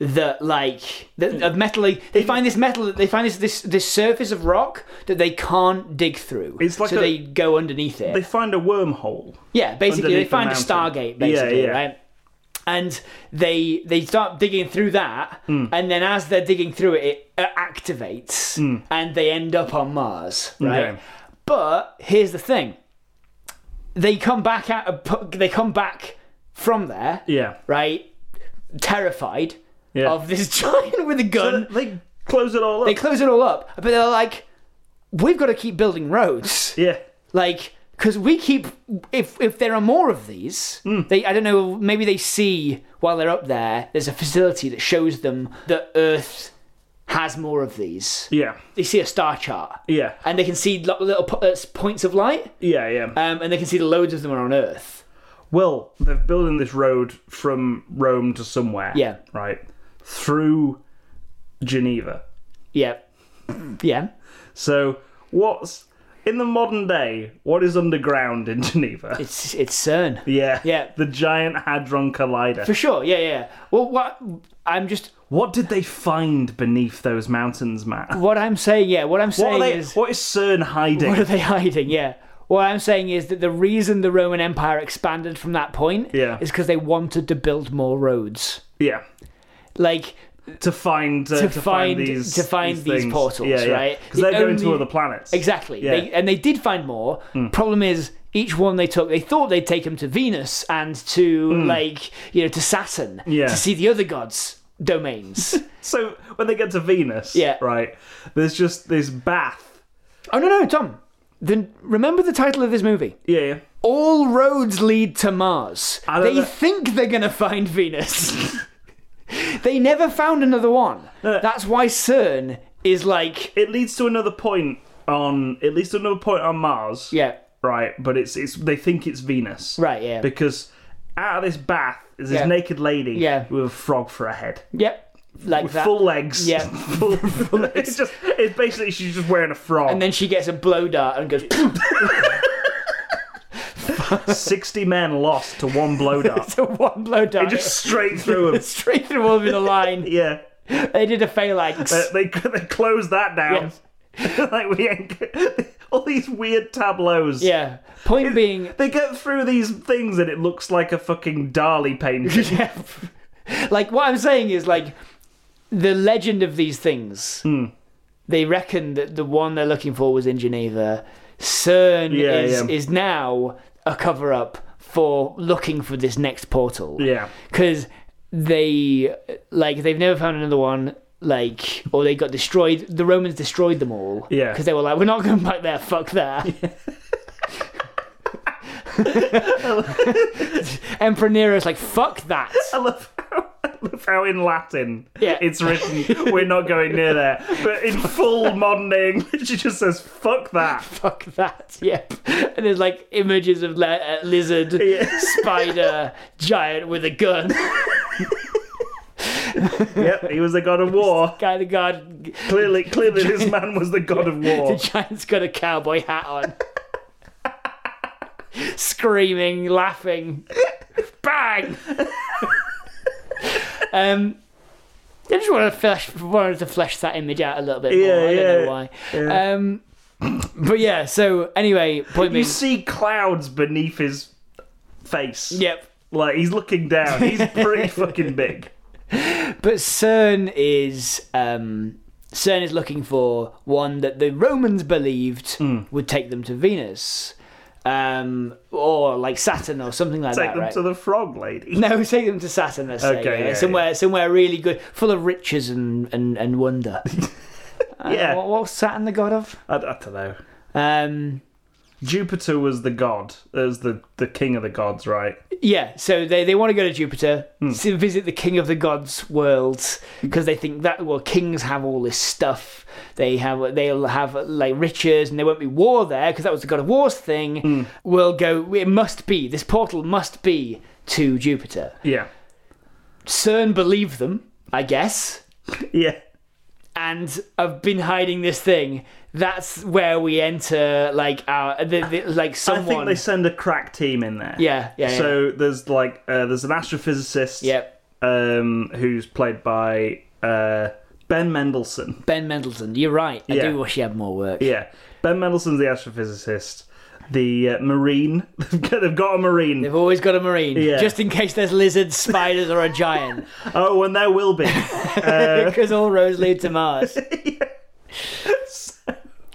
Speaker 1: That like that, of metal, they they find this metal. They find this this this surface of rock that they can't dig through.
Speaker 2: It's like
Speaker 1: so
Speaker 2: a-
Speaker 1: they go underneath it.
Speaker 2: They find a wormhole.
Speaker 1: Yeah, basically they
Speaker 2: Underneath the
Speaker 1: find a
Speaker 2: mountain.
Speaker 1: Stargate,
Speaker 2: Yeah,
Speaker 1: basically,
Speaker 2: yeah.
Speaker 1: right? And they they start digging through that,
Speaker 2: Hmm.
Speaker 1: and then as they're digging through it, it uh, activates, and they end up on Mars,
Speaker 2: Hmm.
Speaker 1: right?
Speaker 2: Okay.
Speaker 1: But here's the thing: they come back out, they come back from there,
Speaker 2: Yeah.
Speaker 1: right? Terrified
Speaker 2: Yeah.
Speaker 1: of this *laughs* giant with a gun.
Speaker 2: They close it all up.
Speaker 1: they close it all up, but they're like, "We've got to keep building roads."
Speaker 2: yeah.
Speaker 1: like because we keep if if there are more of these
Speaker 2: Hmm.
Speaker 1: they i don't know maybe they see while they're up there there's a facility that shows them that earth has more of these
Speaker 2: Yeah.
Speaker 1: they see a star chart
Speaker 2: Yeah.
Speaker 1: and they can see lo- little po- uh, points of light
Speaker 2: Yeah, yeah.
Speaker 1: um, and they can see loads of them are on earth
Speaker 2: Well, they're building this road from Rome to somewhere.
Speaker 1: Yeah.
Speaker 2: Right. Through Geneva.
Speaker 1: yeah
Speaker 2: Hmm.
Speaker 1: yeah
Speaker 2: So what's in the modern day, what is underground in *laughs* Geneva?
Speaker 1: it's it's cern
Speaker 2: Yeah.
Speaker 1: Yeah.
Speaker 2: The Giant Hadron Collider.
Speaker 1: for sure yeah yeah well what i'm just
Speaker 2: What did they find beneath those mountains, Matt? What,
Speaker 1: what i'm saying yeah what i'm saying
Speaker 2: are they,
Speaker 1: is
Speaker 2: what is CERN hiding?
Speaker 1: What are they *laughs* hiding? Yeah. What I'm saying is that the reason the Roman Empire expanded from that point
Speaker 2: Yeah.
Speaker 1: is because they wanted to build more roads.
Speaker 2: yeah.
Speaker 1: Like
Speaker 2: To find, uh, to,
Speaker 1: To
Speaker 2: find,
Speaker 1: find-
Speaker 2: these
Speaker 1: to find these
Speaker 2: things.
Speaker 1: portals,
Speaker 2: yeah, yeah.
Speaker 1: right?
Speaker 2: Because
Speaker 1: The
Speaker 2: they're going to
Speaker 1: only-
Speaker 2: other planets.
Speaker 1: exactly.
Speaker 2: Yeah. Hmm.
Speaker 1: They, and they did find more. Problem is each one they took, they thought they'd take them to Venus and to like you know to Saturn
Speaker 2: Hmm. Yeah.
Speaker 1: to see the other gods' domains.
Speaker 2: *laughs* So when they get to Venus,
Speaker 1: Yeah.
Speaker 2: right, there's just this bath.
Speaker 1: oh no no Tom. Then remember the title of this movie.
Speaker 2: Yeah, yeah.
Speaker 1: All roads lead to Mars.
Speaker 2: don't
Speaker 1: They
Speaker 2: know-
Speaker 1: think they're going to find
Speaker 2: *laughs*
Speaker 1: Venus. they never found another one. That's why CERN is like,
Speaker 2: It leads to another point on. It leads to another point on Mars.
Speaker 1: yeah,
Speaker 2: Right, but it's it's they think it's Venus.
Speaker 1: right, yeah.
Speaker 2: Because out of this bath is this
Speaker 1: Yeah.
Speaker 2: naked lady
Speaker 1: Yeah.
Speaker 2: with a frog for a head.
Speaker 1: yep, like that.
Speaker 2: full legs.
Speaker 1: Yeah.
Speaker 2: *laughs* full,
Speaker 1: *laughs*
Speaker 2: full legs. It's just it's basically she's just wearing a frog.
Speaker 1: and then she gets a blow dart and goes,
Speaker 2: Sixty men lost to one blow
Speaker 1: *laughs*
Speaker 2: dart,
Speaker 1: *laughs* to one blow dart.
Speaker 2: just straight through them.
Speaker 1: *laughs* straight through all of
Speaker 2: *laughs*
Speaker 1: the line.
Speaker 2: Yeah,
Speaker 1: They did a phalanx.
Speaker 2: Uh, they they closed that down. *laughs* like we ain't *laughs* all these weird tableaus.
Speaker 1: yeah. Point being,
Speaker 2: They get through these things and it looks like a fucking Dali painting.
Speaker 1: *laughs* yeah.
Speaker 2: Hmm.
Speaker 1: like what I'm saying is like the legend of these things They reckon that the one they're looking for was in Geneva. CERN
Speaker 2: Yeah,
Speaker 1: is,
Speaker 2: yeah.
Speaker 1: is now a cover up for looking for this next portal.
Speaker 2: Yeah.
Speaker 1: Because they, like, they've never found another one, like, or they got destroyed. The Romans destroyed them all.
Speaker 2: Yeah.
Speaker 1: Because they were like, we're not going back there, fuck that. *laughs* Emperor Nero's like, fuck that.
Speaker 2: I love how, *laughs* I love how in Latin
Speaker 1: Yeah.
Speaker 2: it's written, we're not going near there. But
Speaker 1: *laughs*
Speaker 2: in full modern day English, it just says, fuck that.
Speaker 1: fuck that. *laughs* Yep. And there's like images of li- uh, lizard, spider, giant with a gun.
Speaker 2: Yep, he was the god of war.
Speaker 1: Guy the guard,
Speaker 2: Clearly,
Speaker 1: *laughs*
Speaker 2: clearly this man was the god of
Speaker 1: the
Speaker 2: war.
Speaker 1: giant's got a cowboy hat on, screaming, laughing, bang. um, I just want to flesh wanted to flesh that image out a little bit
Speaker 2: Yeah,
Speaker 1: more. I don't
Speaker 2: yeah,
Speaker 1: know why.
Speaker 2: yeah.
Speaker 1: Um, but yeah. So anyway, point
Speaker 2: You *laughs*
Speaker 1: being,
Speaker 2: see clouds beneath his face.
Speaker 1: yep.
Speaker 2: Like, he's looking down.
Speaker 1: *laughs*
Speaker 2: He's pretty fucking big.
Speaker 1: But CERN is um, CERN is looking for one that the Romans believed
Speaker 2: Hmm.
Speaker 1: would take them to Venus, um, or like Saturn or something like
Speaker 2: Take
Speaker 1: that,
Speaker 2: them
Speaker 1: right?
Speaker 2: to the frog lady.
Speaker 1: no, *laughs* take them to Saturn. Let's say,
Speaker 2: Okay,
Speaker 1: yeah,
Speaker 2: yeah,
Speaker 1: somewhere, somewhere really good, full of riches and and, and
Speaker 2: *laughs*
Speaker 1: wonder. Uh,
Speaker 2: Yeah.
Speaker 1: what, what's Saturn the god of?
Speaker 2: I, I don't know.
Speaker 1: Um,
Speaker 2: Jupiter was the god, as the, the king of the gods, right?
Speaker 1: yeah, so they, they want to go to Jupiter
Speaker 2: Hmm.
Speaker 1: to visit the king of the gods' world because they think that well kings have all this stuff. They have they'll have like riches and there won't be war there because that was the god of wars thing.
Speaker 2: Hmm.
Speaker 1: We'll go. It must be this portal must be to Jupiter.
Speaker 2: Yeah.
Speaker 1: CERN believe them, I guess,
Speaker 2: Yeah.
Speaker 1: and I've been hiding this thing. That's where we enter like our the, the, like
Speaker 2: I
Speaker 1: someone.
Speaker 2: think they send a crack team in there.
Speaker 1: yeah, yeah, yeah.
Speaker 2: So there's like uh, there's an astrophysicist
Speaker 1: Yep.
Speaker 2: um, who's played by uh, Ben Mendelsohn.
Speaker 1: Ben Mendelsohn, you're right. I
Speaker 2: Yeah.
Speaker 1: do wish he had more work.
Speaker 2: Yeah, Ben Mendelsohn's the astrophysicist. The uh, marine *laughs* they've got- they've got a marine.
Speaker 1: They've always got a marine,
Speaker 2: Yeah.
Speaker 1: just in case there's lizards, spiders, or a giant,
Speaker 2: *laughs* Oh, and there will
Speaker 1: *laughs*
Speaker 2: be. Uh.
Speaker 1: because all roads lead to Mars.
Speaker 2: *laughs*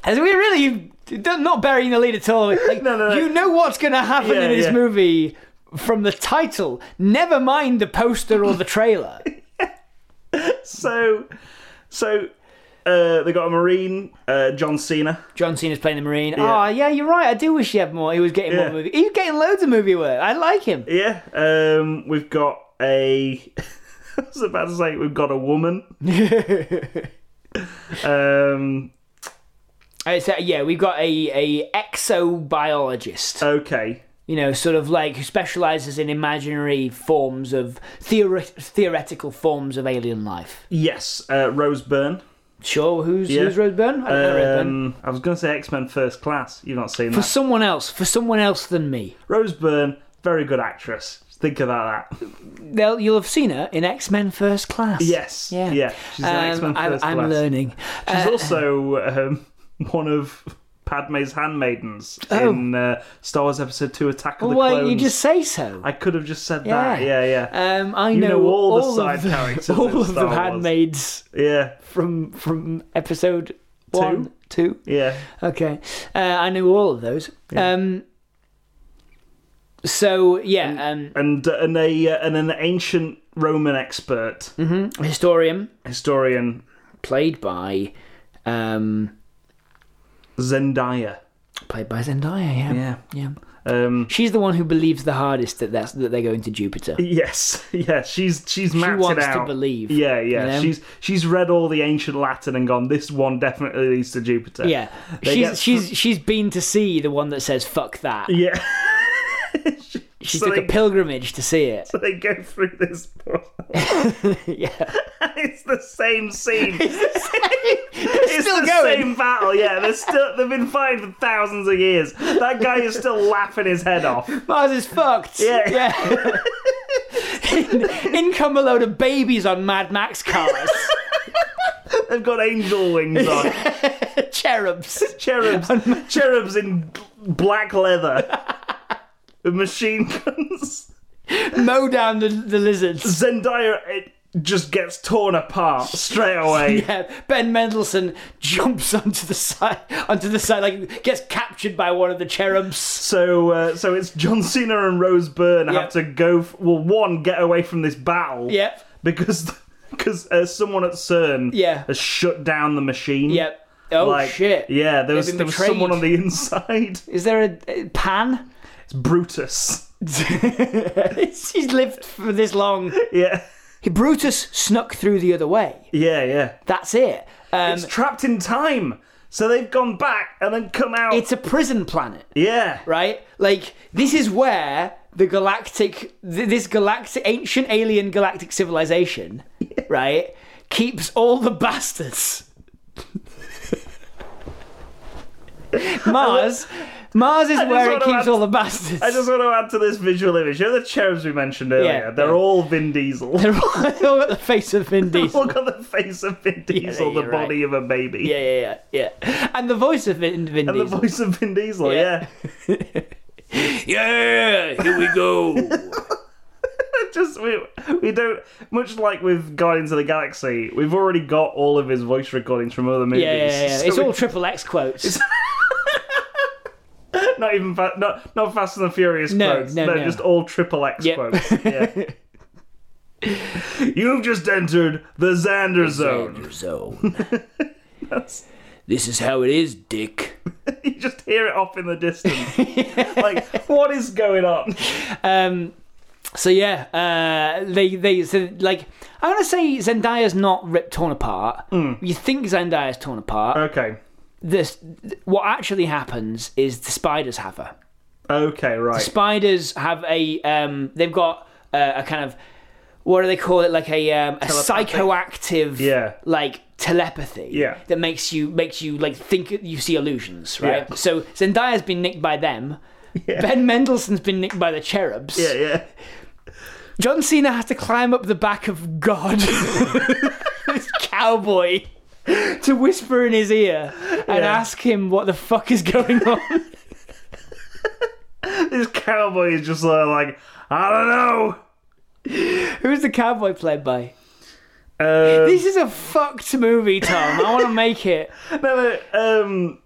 Speaker 1: As we really don't- not burying the lead at
Speaker 2: *laughs*
Speaker 1: all. Like,
Speaker 2: No, no, no.
Speaker 1: You know what's going to happen
Speaker 2: Yeah,
Speaker 1: in this
Speaker 2: yeah.
Speaker 1: movie from the title. Never mind the poster or
Speaker 2: *laughs*
Speaker 1: the trailer.
Speaker 2: so, so uh, they got a marine, uh, John Cena.
Speaker 1: John Cena's playing the marine.
Speaker 2: Yeah.
Speaker 1: Oh yeah, you're right. I do wish he had more. He was getting
Speaker 2: Yeah.
Speaker 1: more movie. He was getting loads of movie work. I like him.
Speaker 2: Yeah, um, we've got a. *laughs* I was about to say we've got a
Speaker 1: *laughs*
Speaker 2: woman. um,
Speaker 1: Uh, so, yeah, we've got a a exobiologist.
Speaker 2: okay.
Speaker 1: you know, sort of like who specializes in imaginary forms of theori- theoretical forms of alien life.
Speaker 2: Yes, uh, Rose Byrne.
Speaker 1: Sure, who's who's Rose Byrne? I don't know Rose Byrne.
Speaker 2: Um, I was going to say X Men First Class. You've not seen
Speaker 1: For
Speaker 2: that.
Speaker 1: someone else, for someone else than me.
Speaker 2: Rose Byrne, very good actress. Think about that.
Speaker 1: They'll, you'll have seen her in X Men First Class.
Speaker 2: Yes.
Speaker 1: Yeah.
Speaker 2: Yeah. She's an
Speaker 1: Um,
Speaker 2: X-Men
Speaker 1: I'm,
Speaker 2: First
Speaker 1: I'm
Speaker 2: Class.
Speaker 1: learning.
Speaker 2: She's
Speaker 1: Uh,
Speaker 2: also um, *laughs* one of Padme's handmaidens
Speaker 1: Oh.
Speaker 2: in uh, Star Wars Episode Two: Attack of the
Speaker 1: why
Speaker 2: Clones.
Speaker 1: you just say so?
Speaker 2: I could have just said
Speaker 1: Yeah.
Speaker 2: that. Yeah. Yeah.
Speaker 1: um, I
Speaker 2: you
Speaker 1: know,
Speaker 2: know all the side
Speaker 1: of
Speaker 2: characters in
Speaker 1: *laughs* all of
Speaker 2: Star
Speaker 1: the
Speaker 2: Wars.
Speaker 1: handmaids
Speaker 2: Yeah.
Speaker 1: from from episode one, two.
Speaker 2: Yeah.
Speaker 1: Okay, uh, I knew all of those. Um, so yeah, um,
Speaker 2: And uh, and a uh, and an ancient Roman expert
Speaker 1: um,
Speaker 2: mm-hmm.
Speaker 1: historian
Speaker 2: historian
Speaker 1: played by, um,
Speaker 2: Zendaya.
Speaker 1: played by Zendaya. Yeah. yeah,
Speaker 2: Yeah. Um.
Speaker 1: She's the one who believes the hardest that that's, that they're going to Jupiter.
Speaker 2: Yes, *laughs* yeah, she's she's mapped
Speaker 1: wants
Speaker 2: it
Speaker 1: to
Speaker 2: out.
Speaker 1: believe,
Speaker 2: Yeah, yeah,
Speaker 1: you know?
Speaker 2: she's she's read all the ancient Latin and gone. This one definitely leads to Jupiter.
Speaker 1: Yeah,
Speaker 2: They
Speaker 1: she's
Speaker 2: get-
Speaker 1: she's she's been to see the one that says "fuck that."
Speaker 2: yeah. *laughs*
Speaker 1: She
Speaker 2: so
Speaker 1: took
Speaker 2: they-
Speaker 1: a pilgrimage to see it.
Speaker 2: *laughs* they go through this portal.
Speaker 1: *laughs* yeah,
Speaker 2: it's the same scene. *laughs* It's
Speaker 1: still
Speaker 2: the
Speaker 1: going.
Speaker 2: same battle. Yeah, they're still they've been fighting for thousands of years. That guy is still laughing his head off.
Speaker 1: Mars is fucked.
Speaker 2: Yeah. *laughs*
Speaker 1: yeah. in, in come a load of babies on Mad
Speaker 2: *laughs*
Speaker 1: Max cars, *laughs*
Speaker 2: They've got angel wings on,
Speaker 1: cherubs.
Speaker 2: cherubs, cherubs in black leather, with machine guns.
Speaker 1: mow down the, the lizards.
Speaker 2: Zendaya it just gets torn apart straight away.
Speaker 1: *laughs* Yeah, Ben Mendelsohn jumps onto the side, onto the side, like gets captured by one of the cherubs.
Speaker 2: So, uh, so it's John Cena and Rose Byrne
Speaker 1: Yeah.
Speaker 2: have to go. F- well, one get away from this battle.
Speaker 1: Yep,
Speaker 2: Because because uh, someone at CERN
Speaker 1: Yeah.
Speaker 2: has shut down the machine.
Speaker 1: yep. Oh
Speaker 2: Like,
Speaker 1: shit!
Speaker 2: Yeah, there was
Speaker 1: been
Speaker 2: there was
Speaker 1: betrayed.
Speaker 2: someone on the inside. *laughs*
Speaker 1: Is there a, a pan? *laughs*
Speaker 2: It's Brutus.
Speaker 1: He's lived for this long.
Speaker 2: Yeah,
Speaker 1: Brutus snuck through the other way.
Speaker 2: yeah, yeah.
Speaker 1: That's it. Um,
Speaker 2: It's trapped in time. So they've gone back and then come out.
Speaker 1: it's a prison planet.
Speaker 2: yeah,
Speaker 1: right? Like this is where the galactic, th- this galactic, ancient alien
Speaker 2: *laughs*
Speaker 1: galactic civilization, right, keeps all the bastards. Mars, Mars is where it
Speaker 2: wanna
Speaker 1: keeps
Speaker 2: add-
Speaker 1: all the bastards.
Speaker 2: I
Speaker 1: *laughs*
Speaker 2: just want to add to this visual image. You know the cherubs we mentioned earlier?
Speaker 1: Yeah,
Speaker 2: They're
Speaker 1: yeah.
Speaker 2: all Vin Diesel.
Speaker 1: They're all, they're all got the face of
Speaker 2: *laughs*
Speaker 1: Vin
Speaker 2: They've all
Speaker 1: Diesel.
Speaker 2: got the face of Vin Diesel,
Speaker 1: you're
Speaker 2: the
Speaker 1: right.
Speaker 2: body of a baby.
Speaker 1: Yeah, yeah, yeah, yeah. And the voice of Vin, Vin
Speaker 2: And the
Speaker 1: Diesel.
Speaker 2: voice of Vin Diesel, yeah.
Speaker 1: Yeah. *laughs* yeah, here we go.
Speaker 2: Just we we don't much like with Guardians of the Galaxy, we've already got all of his voice recordings from other movies.
Speaker 1: yeah, yeah, yeah.
Speaker 2: So
Speaker 1: it's
Speaker 2: we-
Speaker 1: all triple X quotes.
Speaker 2: not even fa- not not Fast and the Furious
Speaker 1: No,
Speaker 2: quotes.
Speaker 1: no,
Speaker 2: They're
Speaker 1: no.
Speaker 2: just all triple X
Speaker 1: Yep.
Speaker 2: quotes.
Speaker 1: *laughs*
Speaker 2: Yeah. You've just entered the Xander zone. *laughs*
Speaker 1: Danger zone. this is how it is, Dick.
Speaker 2: You just hear it off in the
Speaker 1: *laughs*
Speaker 2: distance. like, what is going on?
Speaker 1: Um, so yeah, uh, they they so like I want to say Zendaya's not ripped torn apart.
Speaker 2: Mm.
Speaker 1: You think Zendaya's torn apart?
Speaker 2: Okay.
Speaker 1: this what actually happens is the spiders have her.
Speaker 2: Okay, right.
Speaker 1: Spiders have a um, they've got uh, a kind of what do they call it? Like a um, a
Speaker 2: Telepathic?
Speaker 1: psychoactive
Speaker 2: Yeah.
Speaker 1: like telepathy
Speaker 2: Yeah.
Speaker 1: that makes you makes you like think you see illusions, right?
Speaker 2: Yeah.
Speaker 1: So Zendaya's been nicked
Speaker 2: *laughs*
Speaker 1: by them. Ben Mendelsohn's been nicked by the cherubs.
Speaker 2: Yeah, yeah.
Speaker 1: John Cena has to climb up the back of God, *laughs* this cowboy, to whisper in his ear and
Speaker 2: Yeah.
Speaker 1: ask him what the fuck is going *laughs* on.
Speaker 2: This cowboy is just sort of like, I don't know.
Speaker 1: Who's the cowboy played by?
Speaker 2: Uh,
Speaker 1: This is a fucked movie, Tom. I want to make it.
Speaker 2: no, no, um,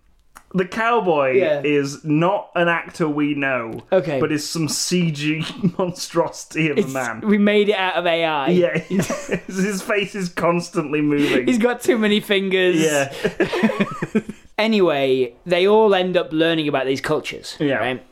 Speaker 2: the cowboy
Speaker 1: Yeah.
Speaker 2: is not an actor we know.
Speaker 1: Okay.
Speaker 2: But is some CG *laughs* monstrosity of a *laughs* man.
Speaker 1: We made it out of AI.
Speaker 2: Yeah, *laughs* his face is constantly moving.
Speaker 1: He's got too many fingers.
Speaker 2: yeah,
Speaker 1: Anyway, they all end up learning about these cultures.
Speaker 2: Yeah.
Speaker 1: Right?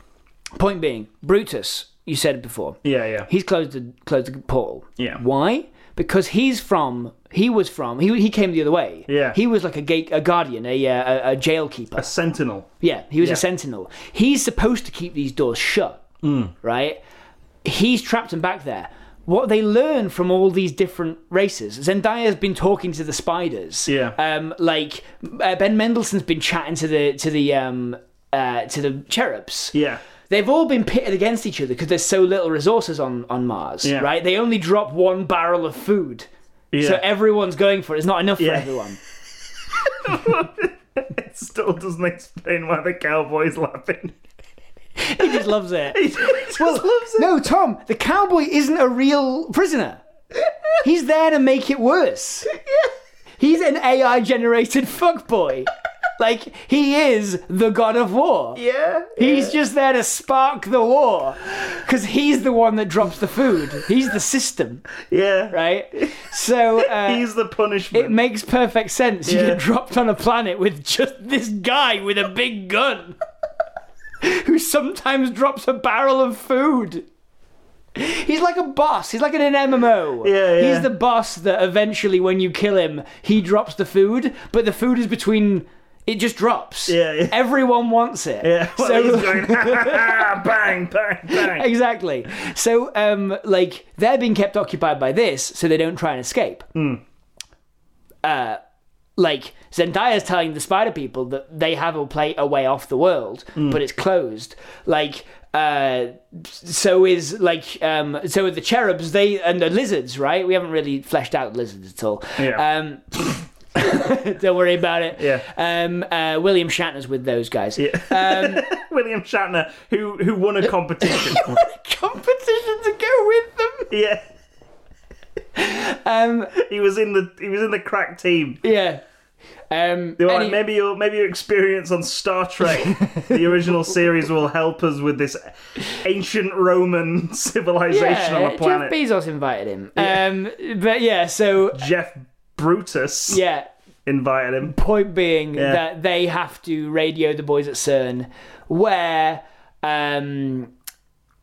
Speaker 1: Point being, Brutus, you said before,
Speaker 2: yeah, yeah.
Speaker 1: he's closed the closed the portal.
Speaker 2: Yeah.
Speaker 1: Why? Because he's from. He was from. He, he came the other way.
Speaker 2: Yeah.
Speaker 1: He was like a gate, a guardian, a uh, a, a jailkeeper.
Speaker 2: A sentinel.
Speaker 1: Yeah, he was
Speaker 2: Yeah.
Speaker 1: a sentinel. He's supposed to keep these doors shut,
Speaker 2: Mm.
Speaker 1: right? He's trapped and back there. What they learn from all these different races, Zendaya's been talking to the spiders.
Speaker 2: Yeah.
Speaker 1: Um, like uh, Ben Mendelsohn's been chatting to the to the um uh, to the cherubs.
Speaker 2: Yeah,
Speaker 1: They've all been pitted against each other because there's so little resources on on Mars,
Speaker 2: Yeah.
Speaker 1: right? They only drop one barrel of food,
Speaker 2: yeah.
Speaker 1: so everyone's going for it. It's not enough
Speaker 2: Yeah.
Speaker 1: for everyone.
Speaker 2: Still doesn't explain why the cowboy's laughing.
Speaker 1: He just loves it.
Speaker 2: *laughs* He just loves it.
Speaker 1: No, Tom, the cowboy isn't a real prisoner. He's there to make it worse.
Speaker 2: *laughs*
Speaker 1: He's an AI generated fuckboy. Like, he is the god of war.
Speaker 2: Yeah.
Speaker 1: He's just there to spark the war. Because he's the one that drops the food. He's the system,
Speaker 2: yeah.
Speaker 1: right? So, uh,
Speaker 2: *laughs* He's the
Speaker 1: it
Speaker 2: punishment.
Speaker 1: makes perfect sense. You
Speaker 2: Yeah.
Speaker 1: get dropped on a planet with just this guy with a big gun who sometimes drops a barrel of food. He's like a boss. He's like in an MMO.
Speaker 2: Yeah, yeah.
Speaker 1: He's the boss that eventually, when you kill him, he drops the food, but the food is between. It just drops.
Speaker 2: Yeah, yeah.
Speaker 1: Everyone wants it.
Speaker 2: yeah. *laughs* Well,
Speaker 1: So- *laughs*
Speaker 2: he's going bang, bang, bang.
Speaker 1: exactly. So, um, like, they're being kept occupied by this, so they don't try and escape.
Speaker 2: Hmm.
Speaker 1: Uh, like, Zendaya's telling the spider people that they have a, play, a way off the world,
Speaker 2: Hmm.
Speaker 1: but it's closed. Like, uh, so is like um, so are the cherubs they and the lizards right we haven't really fleshed out lizards at all
Speaker 2: Yeah.
Speaker 1: um, *laughs* don't worry about it
Speaker 2: Yeah.
Speaker 1: um, uh, William Shatner's with those guys yeah. um,
Speaker 2: *laughs* William Shatner, who who won a competition. *laughs*
Speaker 1: competition to go with them
Speaker 2: yeah.
Speaker 1: Um,
Speaker 2: He was in the he was in the crack team.
Speaker 1: yeah. Um,
Speaker 2: They were
Speaker 1: any-
Speaker 2: like, maybe your maybe your experience on Star
Speaker 1: *laughs*
Speaker 2: Trek, the original series, will help us with this ancient Roman *laughs* civilization on a planet.
Speaker 1: Jeff Bezos invited him. Um, but yeah, so
Speaker 2: Jeff Brutus
Speaker 1: yeah,
Speaker 2: invited him.
Speaker 1: point being
Speaker 2: Yeah.
Speaker 1: that they have to radio the boys at CERN, where um,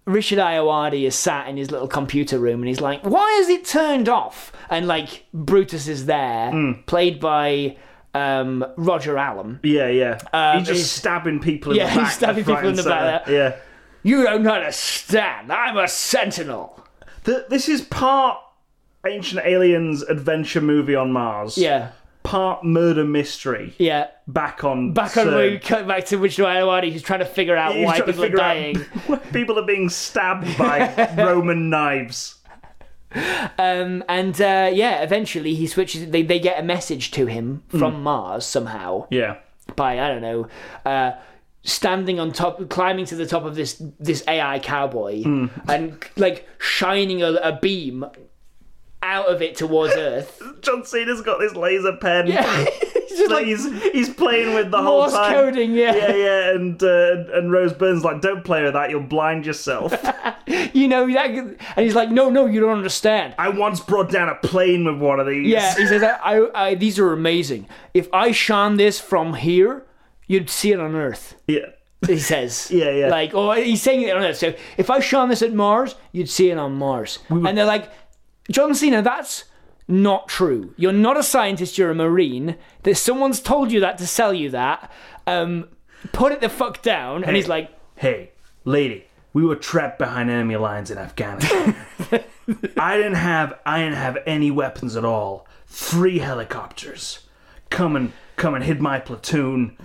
Speaker 1: Richard Iowardi is sat in his little computer room and he's like, "Why is it turned off?" And like Brutus is there,
Speaker 2: Hmm.
Speaker 1: played by um, Roger Allen.
Speaker 2: Yeah, yeah. he's just
Speaker 1: he's-
Speaker 2: stabbing people in
Speaker 1: Uh, Yeah,
Speaker 2: the
Speaker 1: he's
Speaker 2: back.
Speaker 1: stabbing
Speaker 2: left, right,
Speaker 1: people in
Speaker 2: and
Speaker 1: the back
Speaker 2: centre. Yeah.
Speaker 1: You don't understand. I'm a sentinel.
Speaker 2: Th- this is part ancient aliens adventure movie on Mars.
Speaker 1: Yeah,
Speaker 2: Part murder mystery.
Speaker 1: yeah.
Speaker 2: Back on
Speaker 1: Back on
Speaker 2: CERN.
Speaker 1: where we cut back to Richard Iowardi, who's trying to figure out
Speaker 2: He's
Speaker 1: why
Speaker 2: trying to
Speaker 1: people are
Speaker 2: figure out-
Speaker 1: dying.
Speaker 2: *laughs* people are being stabbed
Speaker 1: *laughs*
Speaker 2: by Roman knives.
Speaker 1: Um, and uh, yeah, eventually he switches. They, they get a message to him
Speaker 2: Mm.
Speaker 1: from Mars somehow
Speaker 2: Yeah.
Speaker 1: by I don't know, uh, standing on top, climbing to the top of this this AI cowboy,
Speaker 2: Hmm.
Speaker 1: and like shining a, a beam out of it towards
Speaker 2: *laughs*
Speaker 1: Earth. *laughs*
Speaker 2: John Cena's got this laser pen. *laughs*
Speaker 1: Yeah, it's just
Speaker 2: Like
Speaker 1: like
Speaker 2: he's he's playing with the whole
Speaker 1: Morse
Speaker 2: time.
Speaker 1: coding. Yeah.
Speaker 2: Yeah, yeah, and uh, and Rose Burns like, don't play with that, you'll blind
Speaker 1: *laughs*
Speaker 2: yourself.
Speaker 1: you know that, and he's like, no, no, you don't understand.
Speaker 2: I once brought down a plane with one of these.
Speaker 1: Yeah, he says, I, I, I, these are amazing. If I shone this from here, you'd see it on Earth.
Speaker 2: *laughs* yeah. *laughs*
Speaker 1: he says.
Speaker 2: Yeah, yeah.
Speaker 1: Like, or he's saying it on Earth. So if I shone this at Mars, you'd see it on Mars. And they're like, John Cena, that's not true. You're not a scientist. You're a marine. That someone's told you that to sell you that. Um, put it the fuck down. And he's like,
Speaker 2: Hey, lady, we were trapped behind enemy lines in *laughs* Afghanistan. I didn't have I didn't have any weapons at all. Three helicopters. Come and come and hit my platoon.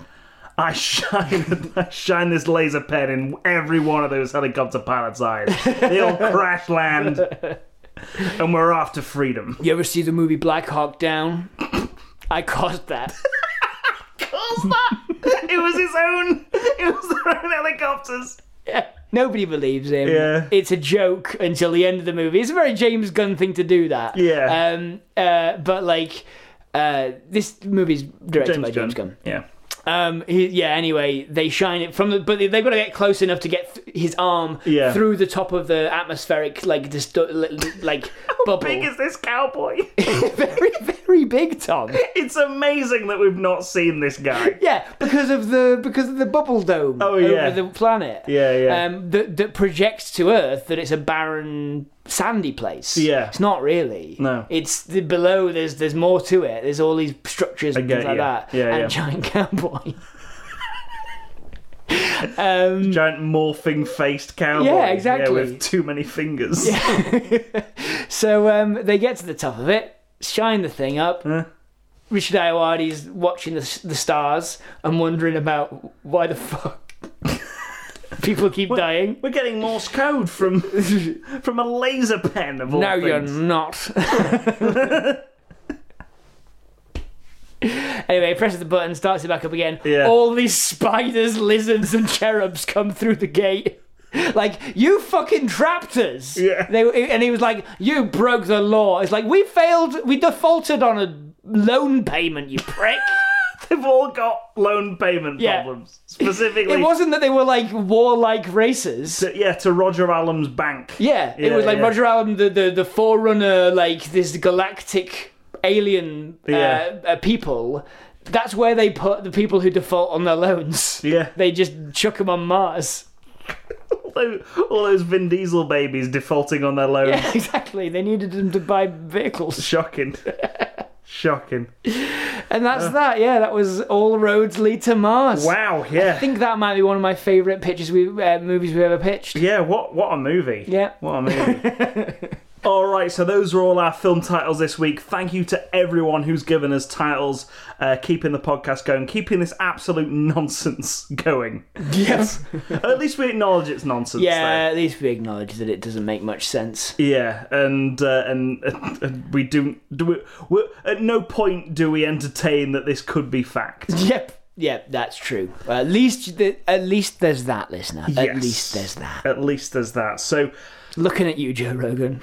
Speaker 2: I shine *laughs* I shine this laser pen in every one of those helicopter pilots' eyes. They all crash land. And we're off to freedom.
Speaker 1: you ever see the movie Black Hawk Down? *coughs* I caused that.
Speaker 2: It was his own it was their own helicopters.
Speaker 1: Nobody believes him.
Speaker 2: Yeah.
Speaker 1: It's a joke until the end of the movie. It's a very James Gunn thing to do that.
Speaker 2: Yeah.
Speaker 1: Um. Uh. But like, uh, this movie's directed by James Gunn.
Speaker 2: Yeah.
Speaker 1: Um. He, yeah. Anyway, they shine it from the, but they've got to get close enough to get th- his arm
Speaker 2: Yeah.
Speaker 1: through the top of the atmospheric like disto- li- li-
Speaker 2: *laughs*
Speaker 1: like bubble.
Speaker 2: Big as this cowboy. *laughs*
Speaker 1: *laughs* very very big, Tom.
Speaker 2: It's amazing that we've not seen this guy.
Speaker 1: Yeah, because of the because of the bubble dome
Speaker 2: Oh,
Speaker 1: over
Speaker 2: yeah.
Speaker 1: the planet.
Speaker 2: Yeah, yeah.
Speaker 1: Um, that that projects to Earth that it's a barren, sandy place.
Speaker 2: Yeah.
Speaker 1: it's not really.
Speaker 2: No.
Speaker 1: it's the, below. There's there's more to it. There's all these structures and
Speaker 2: get
Speaker 1: things like
Speaker 2: you.
Speaker 1: that.
Speaker 2: Yeah,
Speaker 1: and
Speaker 2: yeah.
Speaker 1: a giant *laughs* cowboy. um,
Speaker 2: Giant morphing faced cowboy.
Speaker 1: Yeah, exactly.
Speaker 2: with too many fingers.
Speaker 1: so um, they get to the top of it, shine the thing up.
Speaker 2: Huh?
Speaker 1: Richard Ayoade's watching the, s- the stars and wondering about why
Speaker 2: *laughs*
Speaker 1: the fuck people keep dying.
Speaker 2: We're getting Morse code
Speaker 1: *laughs*
Speaker 2: from from a laser pen of all
Speaker 1: No, you're
Speaker 2: things.
Speaker 1: not.
Speaker 2: *laughs*
Speaker 1: *laughs* anyway, he presses the button, starts it back up again.
Speaker 2: Yeah.
Speaker 1: All these spiders, lizards, and cherubs come through the gate. *laughs* Like you fucking trapped us.
Speaker 2: Yeah.
Speaker 1: They and he was like, "You broke the law." It's like we failed. We defaulted on a loan payment. You
Speaker 2: *laughs*
Speaker 1: prick.
Speaker 2: They've all got loan payment
Speaker 1: Yeah.
Speaker 2: problems. Specifically,
Speaker 1: it wasn't that they were like warlike races.
Speaker 2: to, yeah, to Roger Allen's bank.
Speaker 1: Yeah, it
Speaker 2: Yeah,
Speaker 1: was like
Speaker 2: yeah.
Speaker 1: Roger Allen, the, the the forerunner, like this galactic alien
Speaker 2: Yeah.
Speaker 1: uh, uh, people. That's where they put the people who default on their loans.
Speaker 2: Yeah.
Speaker 1: They just chuck them on Mars. *laughs*
Speaker 2: All those, all those Vin Diesel babies defaulting on their loans.
Speaker 1: Yeah, exactly. They needed them to buy vehicles, *laughs*
Speaker 2: Shocking. Shocking.
Speaker 1: and that's that. Yeah, that was all roads lead to Mars.
Speaker 2: Wow, yeah.
Speaker 1: I think that might be one of my favorite pictures we uh, movies we ever pitched.
Speaker 2: Yeah, what what a movie.
Speaker 1: Yeah.
Speaker 2: What a movie.
Speaker 1: *laughs*
Speaker 2: all right, so those are all our film titles this week. Thank you to everyone who's given us titles, uh, keeping the podcast going, keeping this absolute nonsense *laughs* going.
Speaker 1: Yes.
Speaker 2: At least we acknowledge it's nonsense.
Speaker 1: yeah. At least we acknowledge that it doesn't make much sense.
Speaker 2: though. Yeah, and uh, and, *laughs* and we do do we, we're, at no point do we entertain that this could be fact.
Speaker 1: Yep. Yep, that's true. Well, at least, th- at least there's that, listener. At
Speaker 2: Yes.
Speaker 1: least there's that.
Speaker 2: At least there's that. So *laughs*
Speaker 1: Looking at you, Joe Rogan.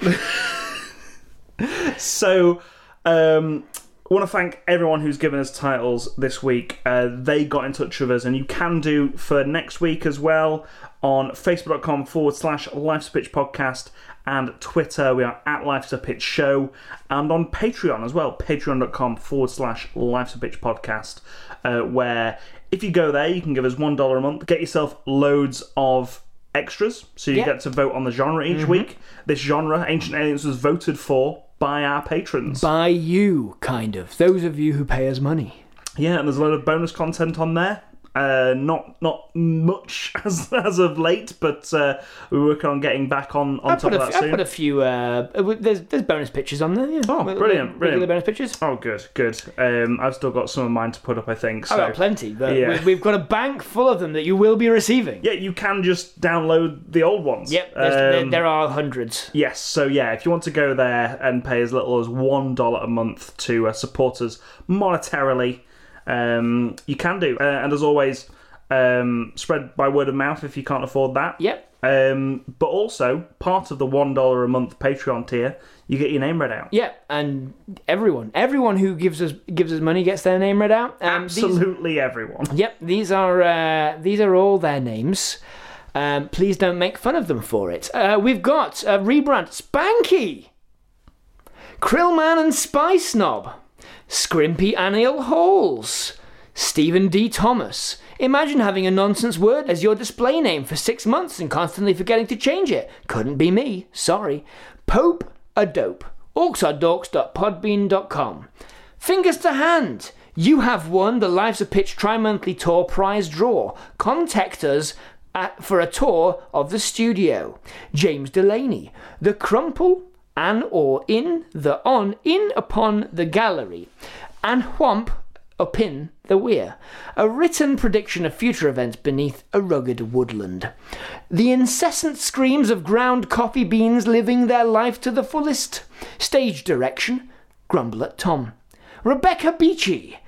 Speaker 2: So, um, I want to thank everyone who's given us titles this week. Uh, they got in touch with us, and you can do for next week as well on facebook.com forward slash Life's a Pitch podcast and Twitter. We are at Life's a Pitch show and on Patreon as well, patreon.com forward slash Life's a Pitch podcast, uh, where if you go there, you can give us $1 a month, get yourself loads of extras. So you
Speaker 1: Yeah.
Speaker 2: get to vote on the genre each week. This genre, Ancient Aliens, was voted for by our patrons.
Speaker 1: By you, kind of. Those of you who pay us money.
Speaker 2: Yeah, and there's a lot of bonus content on there. Uh, not not much *laughs* as as of late, but uh, we work on getting back on on
Speaker 1: I
Speaker 2: top
Speaker 1: put,
Speaker 2: of
Speaker 1: a,
Speaker 2: that
Speaker 1: I
Speaker 2: soon.
Speaker 1: put a few. Uh, uh, there's there's bonus pictures on there. Yeah.
Speaker 2: Oh,
Speaker 1: Re-
Speaker 2: brilliant,
Speaker 1: re-
Speaker 2: brilliant.
Speaker 1: Regular bonus pictures.
Speaker 2: Oh, good, good. Um, I've still got some of mine to put up, I think.
Speaker 1: I've
Speaker 2: So
Speaker 1: got plenty, but
Speaker 2: Yeah.
Speaker 1: we, we've got a bank full of them that you will be receiving.
Speaker 2: yeah, you can just download the old ones.
Speaker 1: Yep, there's, there,
Speaker 2: Um,
Speaker 1: there are hundreds.
Speaker 2: Yes, so yeah, if you want to go there and pay as little as one dollar a month to uh, support us monetarily, um, you can do. Uh, and as always, um, spread by word of mouth if you can't afford that.
Speaker 1: Yep.
Speaker 2: Um, but also, part of the one dollar a month Patreon tier, you get your name read out.
Speaker 1: Yeah, and everyone, everyone who gives us gives us money gets their name read out. Um, these-
Speaker 2: Absolutely everyone. *laughs*
Speaker 1: *laughs* yep, these are uh, these are all their names. Um, please don't make fun of them for it. Uh, we've got a rebrand: Spanky, Krillman and Spy Snob, Scrimpy Anil Halls, Stephen D. Thomas. Imagine having a nonsense word as your display name for six months and constantly forgetting to change it. Couldn't be me. Sorry. Pope a dope. Orcsaredorks.podbean.com. Fingers to hand. You have won the Lives of Pitch Tri-Monthly Tour prize draw. Contact us at, for a tour of the studio. James Delaney. The Crumple an or in the on in upon the gallery and whomp up in the weir a written prediction of future events beneath a rugged woodland the incessant screams of ground coffee beans living their life to the fullest stage direction grumble at tom rebecca beachy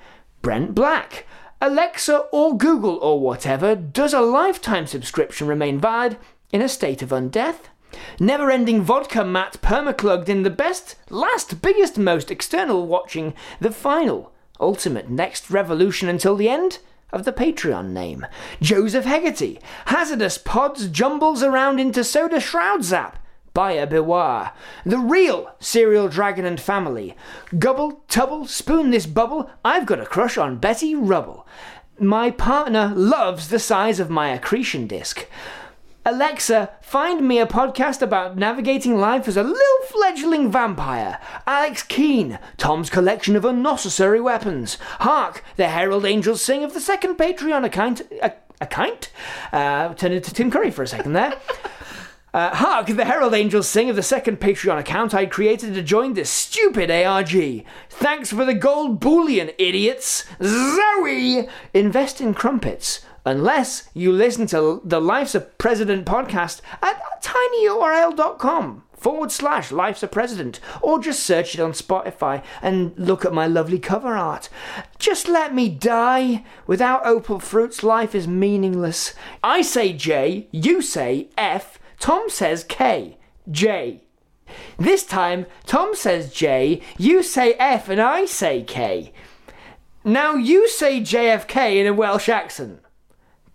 Speaker 1: brent black alexa or google or whatever does a lifetime subscription remain valid in a state of undeath Never ending vodka Matt permaclugged in the best, last, biggest, most external watching the final, ultimate next revolution until the end of the Patreon name. Joseph Hegarty, hazardous pods jumbles around into soda shroud zap. Buyer beware. The real serial dragon and family. Gobble, tubble, spoon this bubble. I've got a crush on Betty Rubble. My partner loves the size of my accretion disc. Alexa, find me a podcast about navigating life as a little fledgling vampire. Alex Keane, Tom's collection of unnecessary weapons. Hark, the herald angels sing of the second Patreon account. A, account? Uh, turned into Tim Curry for a second there. Uh, hark, the herald angels sing of the second Patreon account I created to join this stupid ARG. Thanks for the gold bullion, idiots. Zoe! Invest in crumpets. Unless you listen to the Life's a President podcast at tinyurl.com forward slash Life's a President, or just search it on Spotify and look at my lovely cover art. Just let me die. Without Opal Fruits, life is meaningless. I say J, you say F, Tom says K, J. This time, Tom says J, you say F, and I say K. Now you say JFK in a Welsh accent.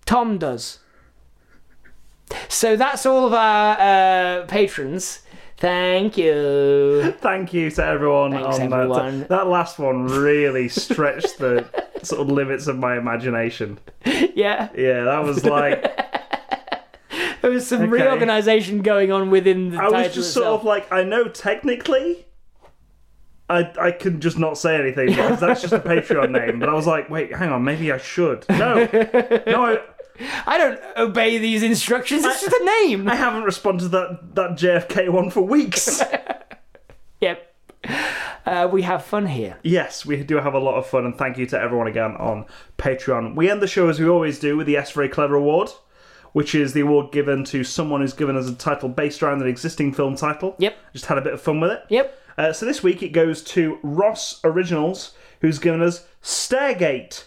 Speaker 1: Tom does. So that's all of our uh, patrons. Thank
Speaker 2: *laughs*
Speaker 1: you.
Speaker 2: Thank you to everyone
Speaker 1: Thanks,
Speaker 2: on
Speaker 1: everyone.
Speaker 2: that. That last one really stretched
Speaker 1: *laughs*
Speaker 2: the sort of limits of my imagination.
Speaker 1: Yeah,
Speaker 2: Yeah, that was like
Speaker 1: there was some reorganisation going on within the
Speaker 2: I
Speaker 1: title
Speaker 2: was just sort
Speaker 1: itself.
Speaker 2: of like, I know technically, I I can just not say anything
Speaker 1: *laughs*
Speaker 2: because that's just a Patreon name. But I was like, wait, hang on, maybe I should.
Speaker 1: *laughs*
Speaker 2: No, no, I,
Speaker 1: I don't obey these instructions. It's just a name.
Speaker 2: I haven't responded to that that JFK one for weeks.
Speaker 1: Yep. Uh, we have fun here.
Speaker 2: yes, we do have a lot of fun, and thank you to everyone again on Patreon. We end the show as we always do with the S Very Clever Award. Which is the award given to someone who's given us a title based around an existing film title.
Speaker 1: Yep.
Speaker 2: Just had a bit of fun with it.
Speaker 1: Yep.
Speaker 2: Uh, so this week it goes to Ross Originals, who's given us Stairgate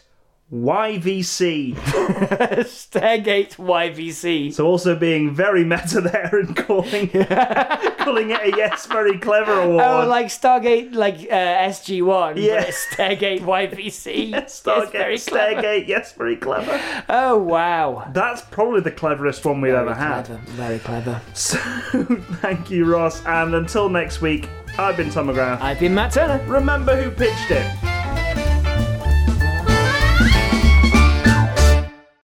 Speaker 2: YVC.
Speaker 1: *laughs* Stargate YVC.
Speaker 2: So also being very meta there and
Speaker 1: *laughs*
Speaker 2: calling *laughs* calling it a yes very clever award.
Speaker 1: Oh, like Stargate, like uh, SG One.
Speaker 2: Yeah.
Speaker 1: Yeah, Stargate YVC.
Speaker 2: *laughs*
Speaker 1: Yes,
Speaker 2: Stargate,
Speaker 1: very clever.
Speaker 2: Stargate, yes, very clever.
Speaker 1: Oh wow.
Speaker 2: That's probably the cleverest one we've ever
Speaker 1: Very
Speaker 2: had.
Speaker 1: clever. Very clever.
Speaker 2: So, *laughs* thank you, Ross. And until next week, I've been Tom McGrath.
Speaker 1: I've been Matt Turner.
Speaker 2: Remember who pitched it.